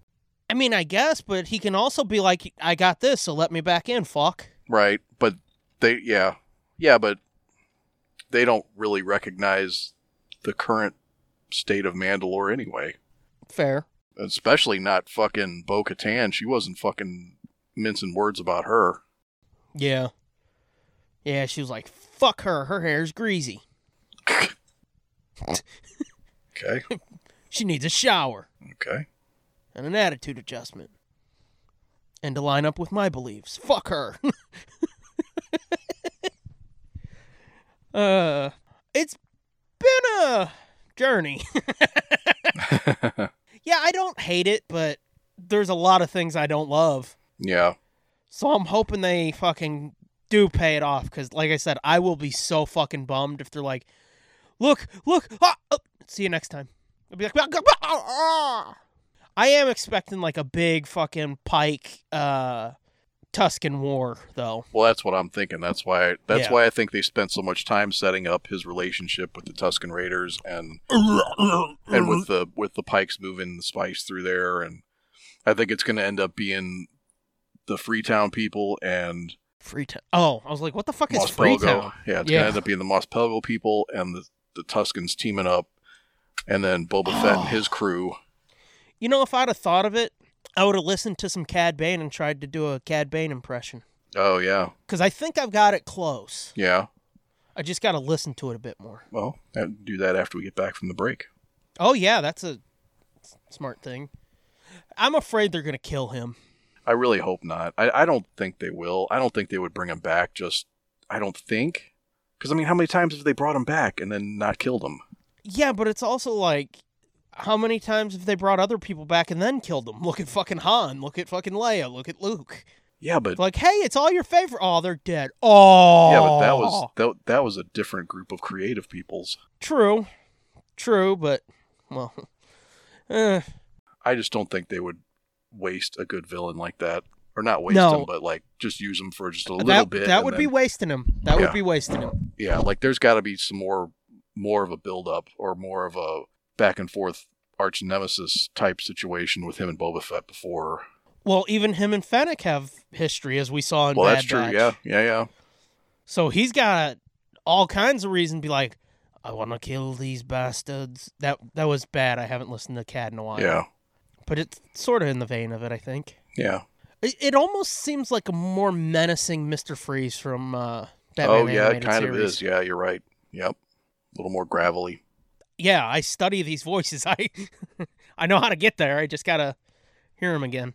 Speaker 2: i mean i guess but he can also be like i got this so let me back in fuck
Speaker 3: right? But they, yeah, yeah, but they don't really recognize the current state of Mandalore anyway.
Speaker 2: fair
Speaker 3: especially not fucking Bo Katan. She wasn't fucking mincing words about her.
Speaker 2: yeah yeah she was like fuck her her hair's greasy
Speaker 3: Okay.
Speaker 2: she needs a shower
Speaker 3: Okay.
Speaker 2: and an attitude adjustment and to line up with my beliefs fuck her uh it's been a journey Yeah, I don't hate it, but there's a lot of things I don't love.
Speaker 3: yeah.
Speaker 2: So I'm hoping they fucking do pay it off because, like I said, I will be so fucking bummed if they're like, look, look, ah, oh, see you next time. I'll be like, "Ah, ah, ah." I am expecting like a big fucking Pike uh, Tuscan War, though.
Speaker 3: Well, that's what I'm thinking. That's why. that's
Speaker 2: Yeah.
Speaker 3: why I think they spent so much time setting up his relationship with the Tuscan Raiders and and with the with the Pikes moving the spice through there, and I think it's going to end up being the Freetown people and
Speaker 2: Freetown. Oh, I was like, what the fuck is
Speaker 3: Moss
Speaker 2: Freetown?
Speaker 3: Pelgo. Yeah, it's
Speaker 2: Yeah.
Speaker 3: gonna end up being the Moss Pelgo people and the, the Tuscans teaming up, and then Boba Fett and his crew.
Speaker 2: You know, if I'd have thought of it, I would have listened to some Cad Bane and tried to do a Cad Bane impression.
Speaker 3: Oh yeah,
Speaker 2: Because I think I've got it close.
Speaker 3: yeah.
Speaker 2: I just got to listen to it a bit more.
Speaker 3: Well, and do that after we get back from the break.
Speaker 2: Oh, yeah, that's a s- smart thing. I'm afraid they're going to kill him.
Speaker 3: I really hope not. I, I don't think they will. I don't think they would bring him back. Just I don't think. Because I mean, how many times have they brought him back and then not killed him?
Speaker 2: Yeah, but it's also like, how many times have they brought other people back and then killed them? Look at fucking Han. Look at fucking Leia. Look at Luke.
Speaker 3: Yeah, but
Speaker 2: It's like, hey, it's all your favorite. Oh, they're dead. Oh,
Speaker 3: yeah, but that was that, that was a different group of creative peoples.
Speaker 2: true, true, but well, eh,
Speaker 3: I just don't think they would waste a good villain like that, or not waste
Speaker 2: No.
Speaker 3: him, but like just use him for just a little
Speaker 2: that
Speaker 3: bit.
Speaker 2: that
Speaker 3: and
Speaker 2: would
Speaker 3: then-
Speaker 2: be wasting him. That
Speaker 3: Yeah.
Speaker 2: would be wasting him.
Speaker 3: yeah. Like there's got to be some more more of a build up or more of a back and forth arch nemesis type situation with him and Boba Fett before.
Speaker 2: Well, even him and Fennec have history, as we saw in
Speaker 3: well,
Speaker 2: Bad
Speaker 3: that's true.
Speaker 2: Batch.
Speaker 3: Yeah, yeah, yeah.
Speaker 2: So he's got all kinds of reason to be like, I want to kill these bastards. That that was bad. I haven't listened to Cad in a while.
Speaker 3: Yeah,
Speaker 2: but it's sort of in the vein of it, I think.
Speaker 3: yeah.
Speaker 2: It, it almost seems like a more menacing Mister Freeze from uh, Batman.
Speaker 3: oh, yeah, it
Speaker 2: animated
Speaker 3: kind of
Speaker 2: series.
Speaker 3: is. Yeah, you're right. Yep. A little more gravelly.
Speaker 2: yeah, I study these voices. I I know how to get there. I just gotta hear them again.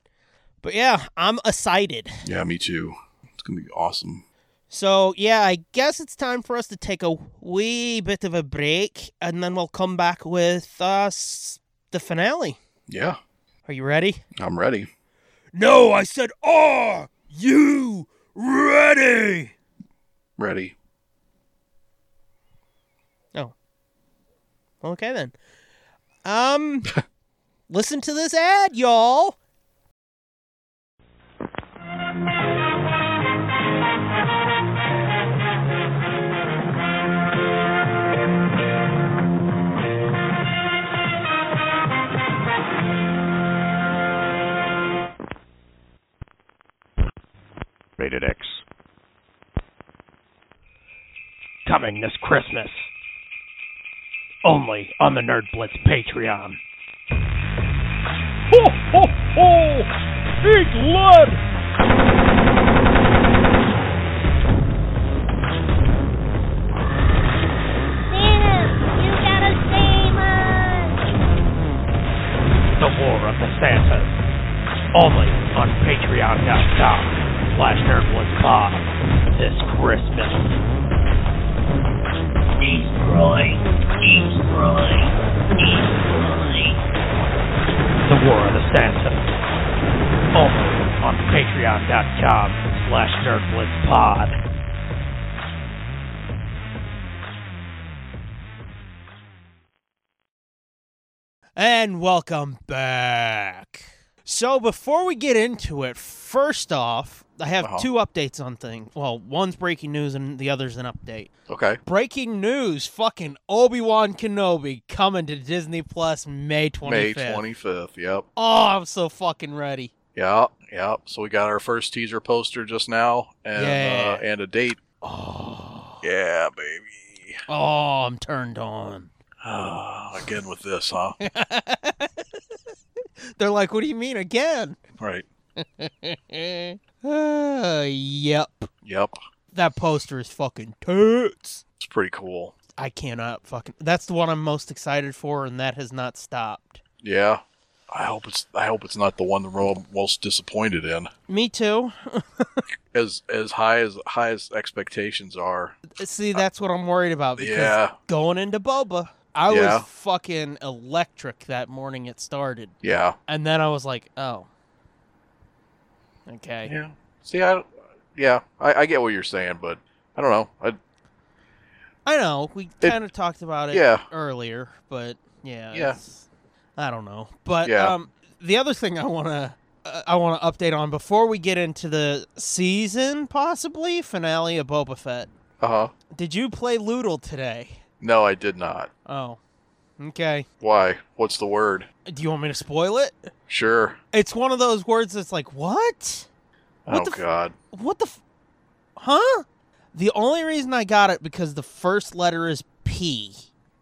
Speaker 2: But yeah, I'm excited.
Speaker 3: Yeah, me too. It's gonna be awesome.
Speaker 2: So yeah, I guess it's time for us to take a wee bit of a break, and then we'll come back with us the finale.
Speaker 3: Yeah,
Speaker 2: Are you ready?
Speaker 3: I'm ready.
Speaker 2: No, I said, are you ready?
Speaker 3: Ready.
Speaker 2: Okay then. Um listen to this ad, y'all.
Speaker 5: Rated X. Coming this Christmas. Only on the Nerd Blitz Patreon. Ho ho ho! Big lud!
Speaker 4: Santa, you gotta save us!
Speaker 5: The War of the Santas. Only on patreon.com slash nerdblitzpod this Christmas. Destroy. Destroy. Destroy. The War of the Santas. Only on patreon.com slash nerdblitzpod.
Speaker 2: And welcome back. So before we get into it, first off, I have
Speaker 3: Uh-huh.
Speaker 2: two updates on things. Well, one's breaking news and the other's an update.
Speaker 3: Okay.
Speaker 2: Breaking news, fucking Obi-Wan Kenobi coming to Disney Plus May 25th.
Speaker 3: May 25th. Yep.
Speaker 2: Oh, I'm so fucking ready.
Speaker 3: Yeah, yeah. So we got our first teaser poster just now, and
Speaker 2: Yeah.
Speaker 3: uh, and a date.
Speaker 2: Oh,
Speaker 3: Yeah, baby.
Speaker 2: oh, I'm turned on.
Speaker 3: Ah, again with this, huh?
Speaker 2: They're like, "What do you mean again?"
Speaker 3: right.
Speaker 2: Uh, yep.
Speaker 3: Yep.
Speaker 2: That poster is fucking toots.
Speaker 3: It's pretty cool.
Speaker 2: I cannot fucking. That's the one I'm most excited for, and that has not stopped.
Speaker 3: Yeah. I hope it's I hope it's not the one that we're most disappointed in.
Speaker 2: Me too.
Speaker 3: As as high as high as expectations are.
Speaker 2: See, that's what I'm worried about because
Speaker 3: Yeah.
Speaker 2: going into Boba, I
Speaker 3: Yeah.
Speaker 2: was fucking electric that morning it started,
Speaker 3: Yeah.
Speaker 2: and then I was like, "Oh, okay."
Speaker 3: Yeah. See, I yeah I, I get what you're saying, but I don't know. I
Speaker 2: I know we
Speaker 3: It-
Speaker 2: kind of talked about it
Speaker 3: Yeah.
Speaker 2: earlier, but yeah,
Speaker 3: Yeah.
Speaker 2: it's- I don't know, but
Speaker 3: Yeah.
Speaker 2: um, the other thing I want to uh, I want to update on before we get into the season possibly finale of Boba Fett.
Speaker 3: uh huh.
Speaker 2: Did you play Loodle today?
Speaker 3: No, I did not.
Speaker 2: Oh, okay.
Speaker 3: Why? What's the word?
Speaker 2: Do you want me to spoil it?
Speaker 3: Sure.
Speaker 2: It's one of those words that's like what? What
Speaker 3: oh
Speaker 2: the f-
Speaker 3: God.
Speaker 2: What the? F- huh? The only reason I got it because the first letter is P,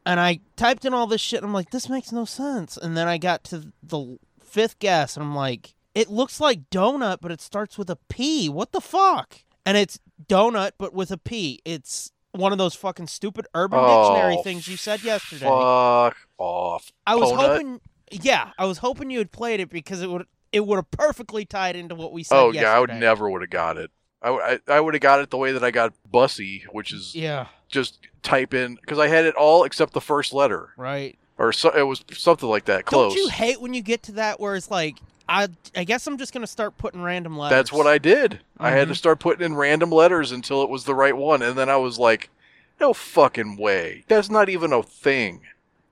Speaker 2: and I typed in all this shit. and I'm like, this makes no sense. And then I got to the fifth guess, and I'm like, it looks like donut, but it starts with a P. What the fuck? And it's donut, but with a P. It's one of those fucking stupid urban dictionary
Speaker 3: Oh,
Speaker 2: things you said yesterday.
Speaker 3: Fuck off.
Speaker 2: I was
Speaker 3: Ponut?
Speaker 2: hoping, yeah, I was hoping you had played it because it would it would have perfectly tied into what we said.
Speaker 3: Oh yeah, I would
Speaker 2: yesterday.
Speaker 3: never would have got it. I, w- I, would have got it the way that I got bussy, which is
Speaker 2: Yeah,
Speaker 3: just type in because I had it all except the first letter
Speaker 2: right.
Speaker 3: or so, it was something like that. Close.
Speaker 2: Don't you hate when you get to that where it's like, I I guess I'm just gonna start putting random letters.
Speaker 3: That's what I did. I had
Speaker 2: Mm-hmm.
Speaker 3: to start putting in random letters until it was the right one, and then I was like, "No fucking way! That's not even a thing.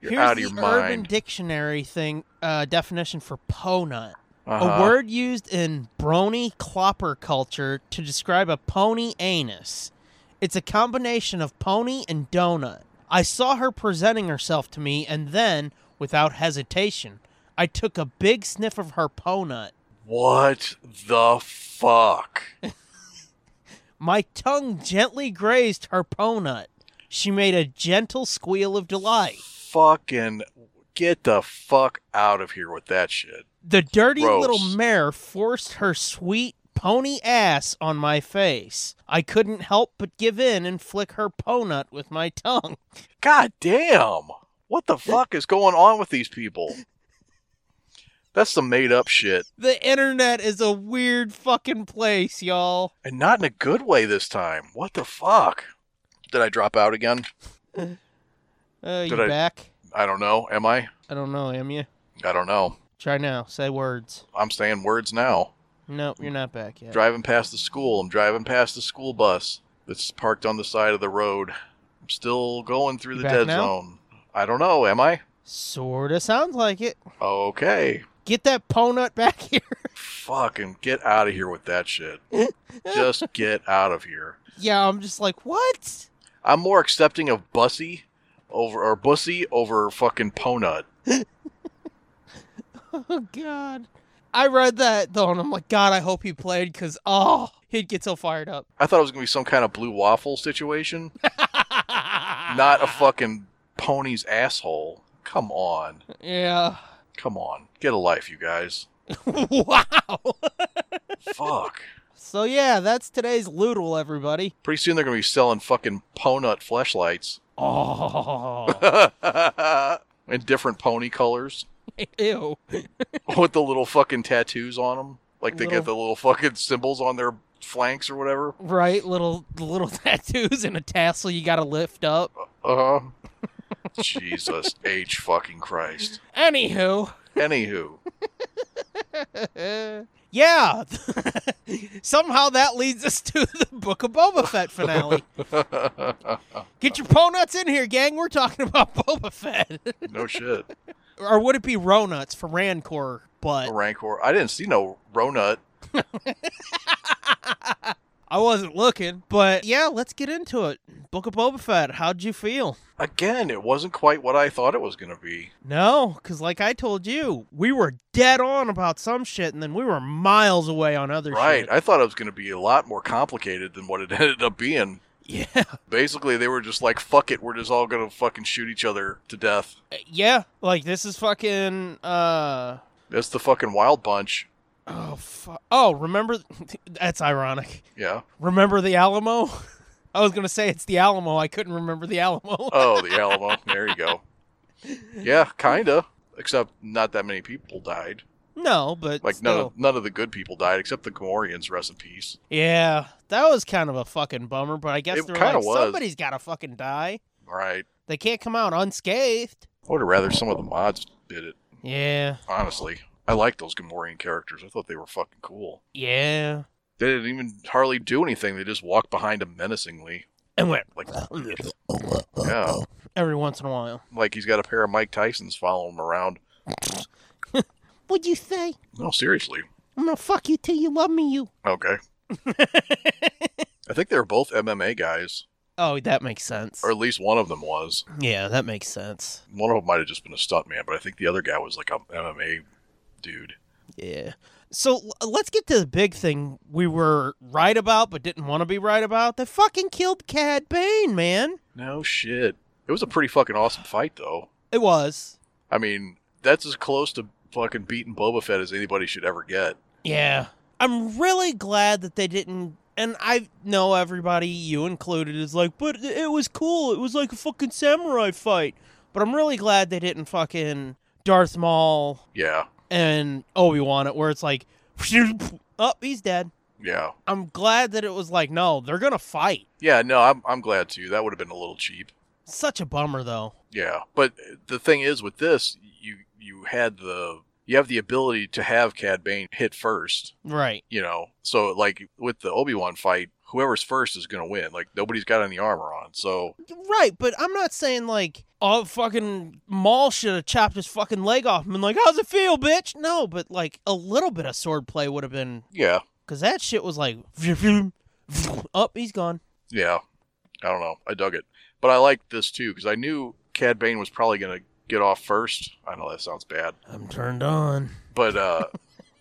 Speaker 3: You're
Speaker 2: Here's
Speaker 3: out of
Speaker 2: the
Speaker 3: your
Speaker 2: Urban
Speaker 3: mind."
Speaker 2: Dictionary thing uh, definition for po nut.
Speaker 3: Uh-huh.
Speaker 2: A word used in brony clopper culture to describe a pony anus. It's a combination of pony and donut. I saw her presenting herself to me, and then, without hesitation, I took a big sniff of her ponut.
Speaker 3: What the fuck?
Speaker 2: My tongue gently grazed her ponut. She made a gentle squeal of delight.
Speaker 3: Fucking get the fuck out of here with that shit.
Speaker 2: The dirty
Speaker 3: Gross.
Speaker 2: little mare forced her sweet pony ass on my face. I couldn't help but give in and flick her ponut with my tongue.
Speaker 3: God damn! What the fuck is going on with these people? That's some made up shit,
Speaker 2: The internet is a weird fucking place, y'all.
Speaker 3: and not in a good way this time. What the fuck? Did I drop out again?
Speaker 2: Uh, you
Speaker 3: Did I-
Speaker 2: back?
Speaker 3: I don't know. Am I?
Speaker 2: I don't know, am you?
Speaker 3: I don't know.
Speaker 2: Try now. Say words.
Speaker 3: I'm saying words now.
Speaker 2: No, you're not back yet.
Speaker 3: Driving past the school. I'm driving past the school bus that's parked on the side of the road. I'm still going through
Speaker 2: You
Speaker 3: the
Speaker 2: back
Speaker 3: dead
Speaker 2: now?
Speaker 3: zone. I don't know. Am I?
Speaker 2: Sorta sounds like it.
Speaker 3: Okay.
Speaker 2: Get that ponut back here.
Speaker 3: Fucking get out of here with that shit. Just get out of here.
Speaker 2: yeah, I'm just like, what?
Speaker 3: I'm more accepting of bussy over or bussy over fucking ponut.
Speaker 2: Oh God. I read that though, and I'm like, God, I hope he played, cause oh, he'd get so fired up.
Speaker 3: I thought it was gonna be some kind of blue waffle situation, not a fucking pony's asshole. Come on,
Speaker 2: Yeah.
Speaker 3: come on, get a life, you guys.
Speaker 2: wow.
Speaker 3: Fuck.
Speaker 2: so yeah, that's today's loodle, everybody.
Speaker 3: Pretty soon they're gonna be selling fucking ponut fleshlights
Speaker 2: Oh.
Speaker 3: in different pony colors
Speaker 2: Ew.
Speaker 3: with the little fucking tattoos on them. Like they
Speaker 2: Little-
Speaker 3: get the little fucking symbols on their flanks or whatever.
Speaker 2: Right, little little tattoos and a tassel you gotta lift up.
Speaker 3: Uh huh. Jesus H fucking Christ.
Speaker 2: Anywho.
Speaker 3: Anywho,
Speaker 2: yeah. Somehow that leads us to the Book of Boba Fett finale. Get your ponuts in here, gang. We're talking about Boba Fett.
Speaker 3: no shit.
Speaker 2: or would it be Ronuts for Rancor? But
Speaker 3: Rancor. I didn't see no Ronut.
Speaker 2: I wasn't looking. But yeah, let's get into it. Book of Boba Fett. How'd you feel?
Speaker 3: Again, it wasn't quite what I thought it was going to be.
Speaker 2: No, because like I told you, we were dead on about some shit, and then we were miles away on other
Speaker 3: Right.
Speaker 2: shit.
Speaker 3: I thought it was going to be a lot more complicated than what it ended up being.
Speaker 2: Yeah,
Speaker 3: Basically, they were just like, fuck it, we're just all going to fucking shoot each other to death.
Speaker 2: yeah. Like this is fucking. uh
Speaker 3: That's the fucking wild bunch.
Speaker 2: Oh fuck. Oh, remember? That's ironic.
Speaker 3: Yeah.
Speaker 2: Remember the Alamo? I was gonna say it's the Alamo. I couldn't remember the Alamo.
Speaker 3: Oh, the Alamo. There you go. Yeah, kinda. Except not that many people died.
Speaker 2: no, but
Speaker 3: Like
Speaker 2: still.
Speaker 3: none of none of the good people died, except the Gamorreans. Rest in peace.
Speaker 2: Yeah, that was kind of a fucking bummer, but I guess
Speaker 3: It
Speaker 2: they're like,
Speaker 3: kinda was.
Speaker 2: somebody's got to fucking die.
Speaker 3: Right.
Speaker 2: They can't come out unscathed.
Speaker 3: I would have rather some of the mods did it.
Speaker 2: Yeah,
Speaker 3: Honestly, I like those Gamorrean characters. I thought they were fucking cool.
Speaker 2: yeah.
Speaker 3: They didn't even hardly do anything. They just walked behind him menacingly.
Speaker 2: And went
Speaker 3: Like, yeah,
Speaker 2: every once in a while.
Speaker 3: like he's got a pair of Mike Tyson's following him around.
Speaker 2: What'd you say?
Speaker 3: No, seriously.
Speaker 2: I'm gonna fuck you till you love me, you.
Speaker 3: Okay. I think they were both MMA guys,
Speaker 2: Oh, that makes sense.
Speaker 3: or at least one of them was.
Speaker 2: yeah, that makes sense.
Speaker 3: One of them might have just been a stuntman, but I think the other guy was like a MMA dude.
Speaker 2: Yeah. So l- let's get to the big thing we were right about, but didn't want to be right about. They fucking killed Cad Bane, man.
Speaker 3: No shit. It was a pretty fucking awesome fight, though.
Speaker 2: It was.
Speaker 3: I mean, that's as close to fucking beating Boba Fett as anybody should ever get.
Speaker 2: Yeah. I'm really glad that they didn't. And I know everybody, you included, is like, but it was cool. It was like a fucking samurai fight. But I'm really glad they didn't fucking Darth Maul
Speaker 3: Yeah,
Speaker 2: and Obi Wan it, where it's like, oh, he's dead.
Speaker 3: yeah,
Speaker 2: I'm glad that it was like, no, they're going to fight.
Speaker 3: yeah. No, I'm I'm glad too. That would have been a little cheap.
Speaker 2: Such a bummer, though.
Speaker 3: Yeah, but the thing is with this, you you had the you have the ability to have Cad Bane hit first,
Speaker 2: Right.
Speaker 3: you know. So like with the Obi Wan fight, whoever's first is gonna win. Like nobody's got any armor on, so
Speaker 2: Right, but I'm not saying like, oh, fucking Maul should have chopped his fucking leg off and been like, how's it feel, bitch? No, but like a little bit of swordplay would have been,
Speaker 3: yeah,
Speaker 2: because that shit was like, up, he's gone.
Speaker 3: yeah. I don't know. I dug it, but I liked this too because I knew Cad Bane was probably gonna get off first. I know that sounds bad,
Speaker 2: I'm turned on.
Speaker 3: but uh,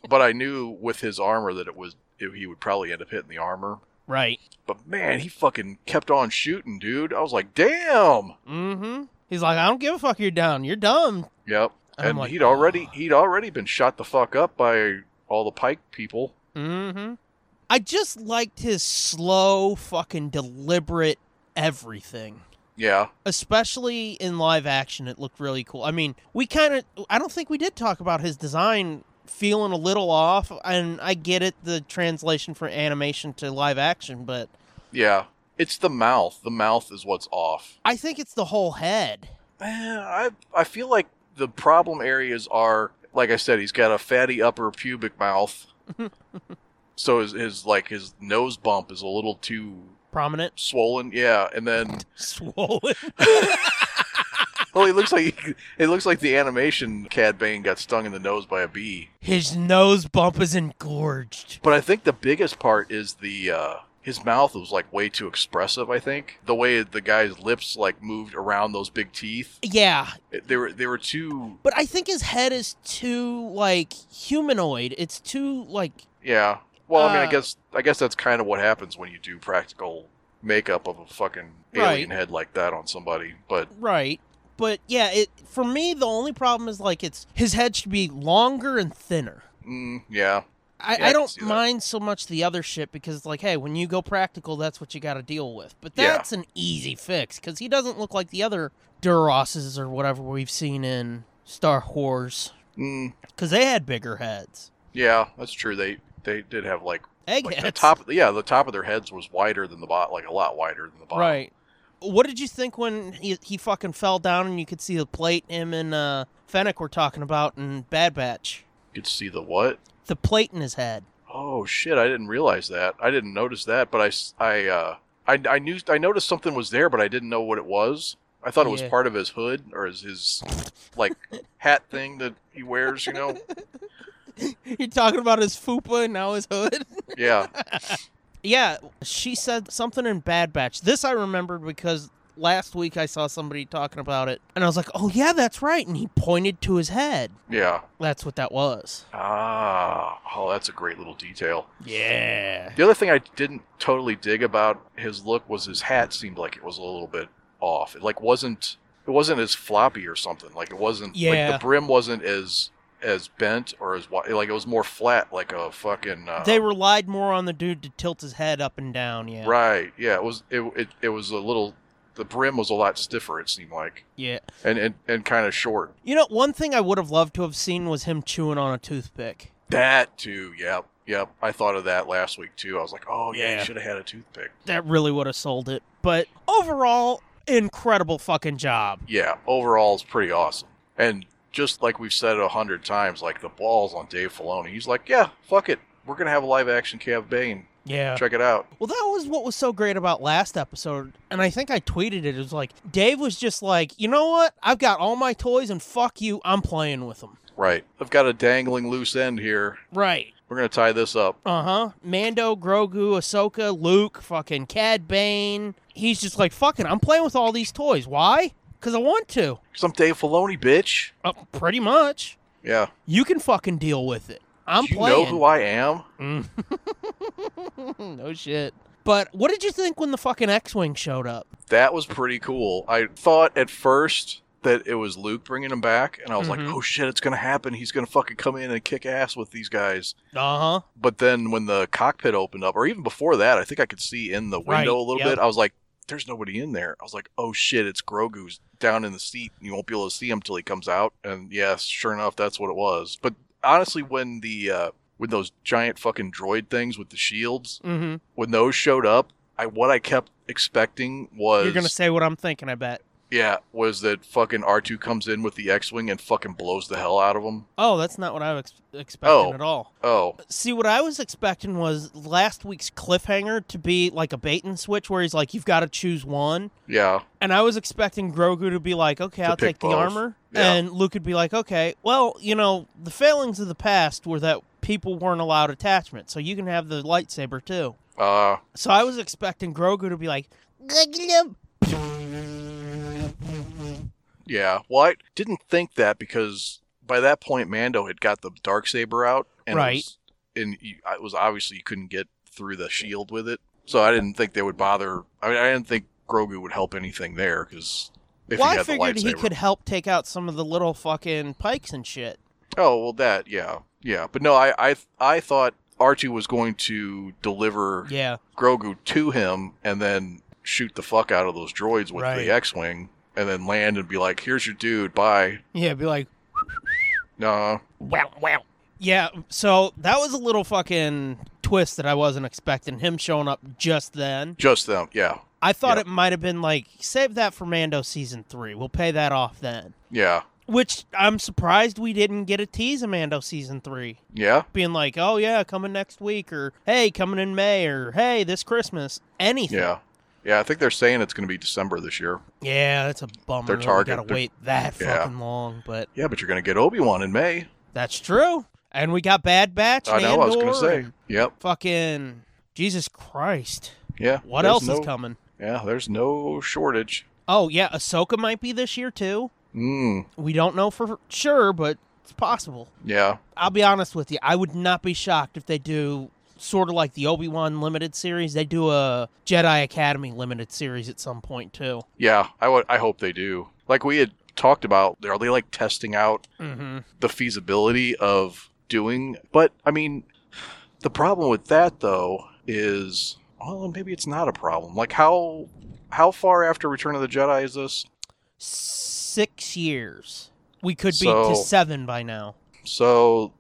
Speaker 3: but I knew with his armor that it was it, he would probably end up hitting the armor.
Speaker 2: Right.
Speaker 3: But man, he fucking kept on shooting, dude. I was like, damn.
Speaker 2: Mm-hmm. He's like, I don't give a fuck. You're down. You're dumb.
Speaker 3: Yep.
Speaker 2: And I'm
Speaker 3: And
Speaker 2: like,
Speaker 3: he'd already he'd already been shot the fuck up by all the Pike people.
Speaker 2: Mm-hmm. I just liked his slow, fucking deliberate everything.
Speaker 3: Yeah.
Speaker 2: Especially in live action, it looked really cool. I mean, we kind of, I don't think we did talk about his design feeling a little off, and I get it, the translation from animation to live action, but
Speaker 3: Yeah. It's the mouth. The mouth is what's off.
Speaker 2: I think it's the whole head.
Speaker 3: Eh, I I feel like the problem areas are like I said, he's got a fatty upper pubic mouth. so his, his like his nose bump is a little too
Speaker 2: Prominent,
Speaker 3: swollen. Yeah. And then
Speaker 2: swollen.
Speaker 3: well he looks like it looks like the animation Cad Bane got stung in the nose by a bee.
Speaker 2: His nose bump is engorged.
Speaker 3: But I think the biggest part is the uh, his mouth was like way too expressive. I think the way the guy's lips like moved around those big teeth,
Speaker 2: Yeah,
Speaker 3: it- they were they were too
Speaker 2: but I think his head is too like humanoid. It's too like
Speaker 3: yeah. Well, I mean,
Speaker 2: Uh.
Speaker 3: I guess I guess that's kind of what happens when you do practical makeup of a fucking
Speaker 2: Right.
Speaker 3: alien head like that on somebody. But
Speaker 2: right. But yeah, it for me the only problem is like it's his head should be longer and thinner.
Speaker 3: mm, yeah,
Speaker 2: I,
Speaker 3: Yeah, I
Speaker 2: I
Speaker 3: can
Speaker 2: don't
Speaker 3: see that.
Speaker 2: mind so much the other shit because it's like, hey, when you go practical, that's what you got to deal with. But
Speaker 3: Yeah.
Speaker 2: that's an easy fix because he doesn't look like the other Durosses or whatever we've seen in Star Wars
Speaker 3: mm,
Speaker 2: because they had bigger heads,
Speaker 3: yeah, that's true. They they did have like, like
Speaker 2: eggheads.
Speaker 3: the top yeah the top of their heads was wider than the bot like a lot wider than the bottom.
Speaker 2: Right. What did you think when he, he fucking fell down and you could see the plate him and uh, Fennec were talking about in Bad Batch?
Speaker 3: You could see the what
Speaker 2: The plate in his head.
Speaker 3: Oh shit! I didn't realize that. I didn't notice that, but I, s- I, uh, I, I knew I noticed something was there, but I didn't know what it was. I thought it was
Speaker 2: Yeah.
Speaker 3: part of his hood or his, his like hat thing that he wears. You know?
Speaker 2: You're talking about his fupa and now his hood?
Speaker 3: Yeah,
Speaker 2: yeah, she said something in Bad Batch. This I remembered because last week I saw somebody talking about it and I was like, oh yeah, that's right. And he pointed to his head.
Speaker 3: yeah.
Speaker 2: That's what that was.
Speaker 3: Ah, oh, that's a great little detail.
Speaker 2: Yeah.
Speaker 3: The other thing I didn't totally dig about his look was his hat seemed like it was a little bit off. It like wasn't it wasn't as floppy or something. Like it wasn't
Speaker 2: Yeah.
Speaker 3: like the brim wasn't as as bent or as wide. Like it was more flat, like a fucking. Uh,
Speaker 2: They relied more on the dude to tilt his head up and down. Yeah.
Speaker 3: Right. Yeah. It was. It, it. It was a little. The brim was a lot stiffer. It seemed like,
Speaker 2: Yeah.
Speaker 3: and and, and kind of short.
Speaker 2: You know, one thing I would have loved to have seen was him chewing on a toothpick.
Speaker 3: That too. Yep. Yep. I thought of that last week too. I was like, oh yeah,
Speaker 2: Yeah.
Speaker 3: you should have had a toothpick.
Speaker 2: That really would have sold it. But overall, incredible fucking job.
Speaker 3: Yeah. Overall, it's pretty awesome. And just like we've said a hundred times, like the balls on Dave Filoni. He's like, yeah, fuck it. We're gonna have a live action Cav Bane.
Speaker 2: Yeah.
Speaker 3: Check it out.
Speaker 2: Well, that was what was so great about last episode, and I think I tweeted it. It was like Dave was just like, you know what? I've got all my toys, and fuck you, I'm playing with them.
Speaker 3: Right. I've got a dangling loose end here.
Speaker 2: Right.
Speaker 3: We're gonna tie this up.
Speaker 2: Uh huh. Mando, Grogu, Ahsoka, Luke, fucking Cad Bane. He's just like, fucking, I'm playing with all these toys. Why? Because I want to.
Speaker 3: Cause I'm Dave Filoni, bitch.
Speaker 2: Uh, pretty much.
Speaker 3: Yeah.
Speaker 2: You can fucking deal with it. I'm
Speaker 3: Do you
Speaker 2: playing.
Speaker 3: know who I am?
Speaker 2: Mm. no shit. But what did you think when the fucking X-wing showed up?
Speaker 3: that was pretty cool. I thought at first that it was Luke bringing him back, and I was
Speaker 2: Mhm.
Speaker 3: like, oh shit, it's gonna happen. He's gonna fucking come in and kick ass with these guys.
Speaker 2: Uh huh.
Speaker 3: But then when the cockpit opened up, or even before that, I think I could see in the window
Speaker 2: Right,
Speaker 3: a little
Speaker 2: yep.
Speaker 3: bit. I was like, there's nobody in there. I was like, oh shit, it's Grogu's down in the seat. and You won't be able to see him till he comes out. And yes, sure enough, that's what it was. But honestly, when the uh, when those giant fucking droid things with the shields,
Speaker 2: Mm-hmm.
Speaker 3: when those showed up, I what I kept expecting was
Speaker 2: You're gonna say what I'm thinking. I bet.
Speaker 3: Yeah, was that fucking R two comes in with the X wing and fucking blows the hell out of him?
Speaker 2: Oh, that's not what I was expecting
Speaker 3: Oh.
Speaker 2: at all.
Speaker 3: Oh,
Speaker 2: See, what I was expecting was last week's cliffhanger to be like a bait and switch where he's like, you've got to choose one.
Speaker 3: yeah,
Speaker 2: And I was expecting Grogu to be like, okay,
Speaker 3: To
Speaker 2: I'll
Speaker 3: pick
Speaker 2: take the
Speaker 3: both.
Speaker 2: armor.
Speaker 3: Yeah.
Speaker 2: And Luke would be like, okay, well, you know, the failings of the past were that people weren't allowed attachment, so you can have the lightsaber too.
Speaker 3: uh,
Speaker 2: So I was expecting Grogu to be like,
Speaker 3: yeah. Well, I didn't think that because by that point Mando had got the dark saber out, and it
Speaker 2: Right.
Speaker 3: was, and you, it was obviously you couldn't get through the shield with it, so I didn't think they would bother. I mean, I didn't think Grogu would help anything there because if
Speaker 2: well,
Speaker 3: he
Speaker 2: I
Speaker 3: had the
Speaker 2: figured
Speaker 3: lightsaber,
Speaker 2: he could help take out some of the little fucking pikes and shit.
Speaker 3: Oh well, that yeah, yeah. But no, I I I thought R two was going to deliver
Speaker 2: Yeah.
Speaker 3: Grogu to him and then shoot the fuck out of those droids with
Speaker 2: Right.
Speaker 3: the X wing and then land and be like, "Here's your dude, bye."
Speaker 2: Yeah, be like,
Speaker 3: Nah,
Speaker 5: Wow, wow.
Speaker 2: yeah, so that was a little fucking twist that I wasn't expecting him showing up just then.
Speaker 3: just them. Yeah,
Speaker 2: I thought
Speaker 3: Yeah.
Speaker 2: it might have been like, save that for Mando season three. We'll pay that off then.
Speaker 3: yeah,
Speaker 2: Which I'm surprised we didn't get a tease of Mando season three.
Speaker 3: yeah,
Speaker 2: Being like, oh yeah, coming next week, or hey, coming in May, or hey, this Christmas. Anything.
Speaker 3: yeah, yeah. I think they're saying it's going to be December this year.
Speaker 2: Yeah, that's a bummer.
Speaker 3: Their
Speaker 2: that we
Speaker 3: target,
Speaker 2: gotta
Speaker 3: their-
Speaker 2: wait that
Speaker 3: Yeah.
Speaker 2: fucking long, but
Speaker 3: Yeah, but you're going to get Obi Wan in May.
Speaker 2: that's true. And we got Bad Batch.
Speaker 3: I know. I was going
Speaker 2: Andor,
Speaker 3: to say.
Speaker 2: and
Speaker 3: Yep.
Speaker 2: Fucking Jesus Christ.
Speaker 3: Yeah.
Speaker 2: What
Speaker 3: there's
Speaker 2: else
Speaker 3: no-
Speaker 2: is coming?
Speaker 3: Yeah, there's no shortage.
Speaker 2: Oh yeah, Ahsoka might be this year too.
Speaker 3: Mm.
Speaker 2: We don't know for sure, but it's possible.
Speaker 3: Yeah.
Speaker 2: I'll be honest with you. I would not be shocked if they do sort of like the Obi Wan limited series. They do a Jedi Academy limited series at some point too.
Speaker 3: Yeah. I would. I hope they do. Like we had talked about. Are they like testing out
Speaker 2: Mm-hmm.
Speaker 3: the feasibility of doing. But I mean, the problem with that though is, well, maybe it's not a problem. Like how how far after Return of the Jedi is this?
Speaker 2: Six years. We could be
Speaker 3: So-
Speaker 2: to seven by now.
Speaker 3: So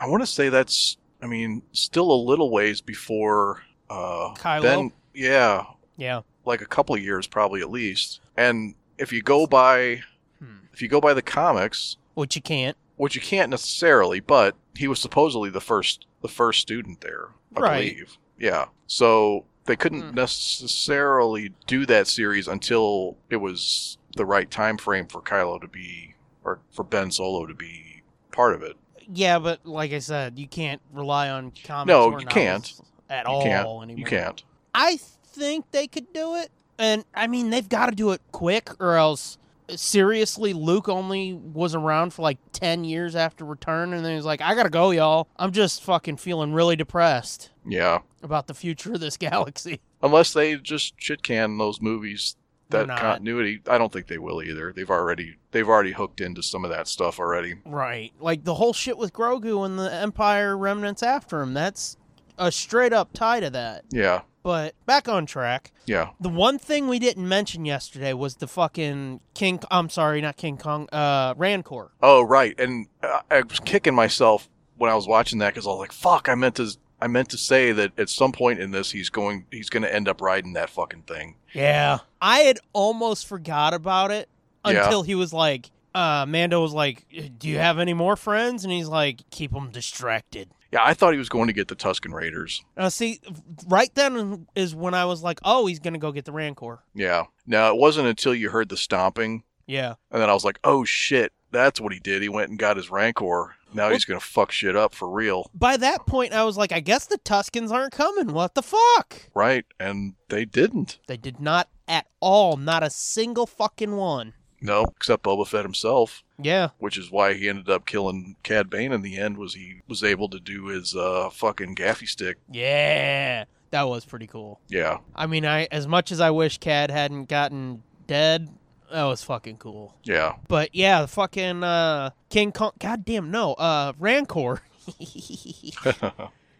Speaker 3: I want to say that's. I mean, still a little ways before uh,
Speaker 2: Kylo?
Speaker 3: Ben. Yeah,
Speaker 2: Yeah.
Speaker 3: like a couple of years probably at least. And if you go by
Speaker 2: Hmm.
Speaker 3: if you go by the comics,
Speaker 2: Which you can't.
Speaker 3: which you can't necessarily, but he was supposedly the first the first student there, I
Speaker 2: Right.
Speaker 3: believe. Yeah. So they couldn't
Speaker 2: Hmm.
Speaker 3: necessarily do that series until it was the right time frame for Kylo to be or for Ben Solo to be part of it.
Speaker 2: Yeah, but like I said, you can't rely on comics.
Speaker 3: No,
Speaker 2: or
Speaker 3: you can't.
Speaker 2: novels At
Speaker 3: You
Speaker 2: all
Speaker 3: can't.
Speaker 2: anymore.
Speaker 3: You can't.
Speaker 2: I think they could do it. And I mean, they've got to do it quick, or else uh, seriously, Luke only was around for like 10 years after return. And then he's like, I got to go, y'all. I'm just fucking feeling really depressed
Speaker 3: Yeah.
Speaker 2: about the future of this galaxy.
Speaker 3: Unless they just shit can those movies
Speaker 2: They're
Speaker 3: that
Speaker 2: not.
Speaker 3: continuity. I don't think they will either. They've already they've already hooked into some of that stuff already.
Speaker 2: Right. Like the whole shit with Grogu and the Empire remnants after him. That's a straight up tie to that.
Speaker 3: Yeah.
Speaker 2: But back on track.
Speaker 3: Yeah.
Speaker 2: The one thing we didn't mention yesterday was the fucking King. I'm sorry, not King Kong. Uh, Rancor.
Speaker 3: Oh right, and uh, I was kicking myself when I was watching that because I was like, "Fuck!" I meant to, I meant to say that at some point in this, he's going, he's going to end up riding that fucking thing.
Speaker 2: Yeah. I had almost forgot about it
Speaker 3: Yeah.
Speaker 2: until he was like, uh, Mando was like, Do you have any more friends? And he's like, Keep them distracted.
Speaker 3: Yeah, I thought he was going to get the Tuscan Raiders.
Speaker 2: Now, see, right then is when I was like, Oh, he's going to go get the Rancor.
Speaker 3: Yeah. Now it wasn't until you heard the stomping,
Speaker 2: Yeah.
Speaker 3: and then I was like, "Oh shit, that's what he did. He went and got his Rancor. Now he's going to fuck shit up for real."
Speaker 2: By that point, I was like, I guess the Tuscans aren't coming. What the fuck?
Speaker 3: Right, and they didn't.
Speaker 2: They did not at all. Not a single fucking one.
Speaker 3: No, except Boba Fett himself,
Speaker 2: Yeah.
Speaker 3: which is why he ended up killing Cad Bane in the end. Was he was able to do his uh, fucking gaffy stick?
Speaker 2: Yeah. That was pretty cool.
Speaker 3: Yeah.
Speaker 2: I mean, I as much as I wish Cad hadn't gotten dead, that was fucking cool.
Speaker 3: Yeah.
Speaker 2: But yeah, the fucking uh, King Kong. Goddamn, no. Uh, Rancor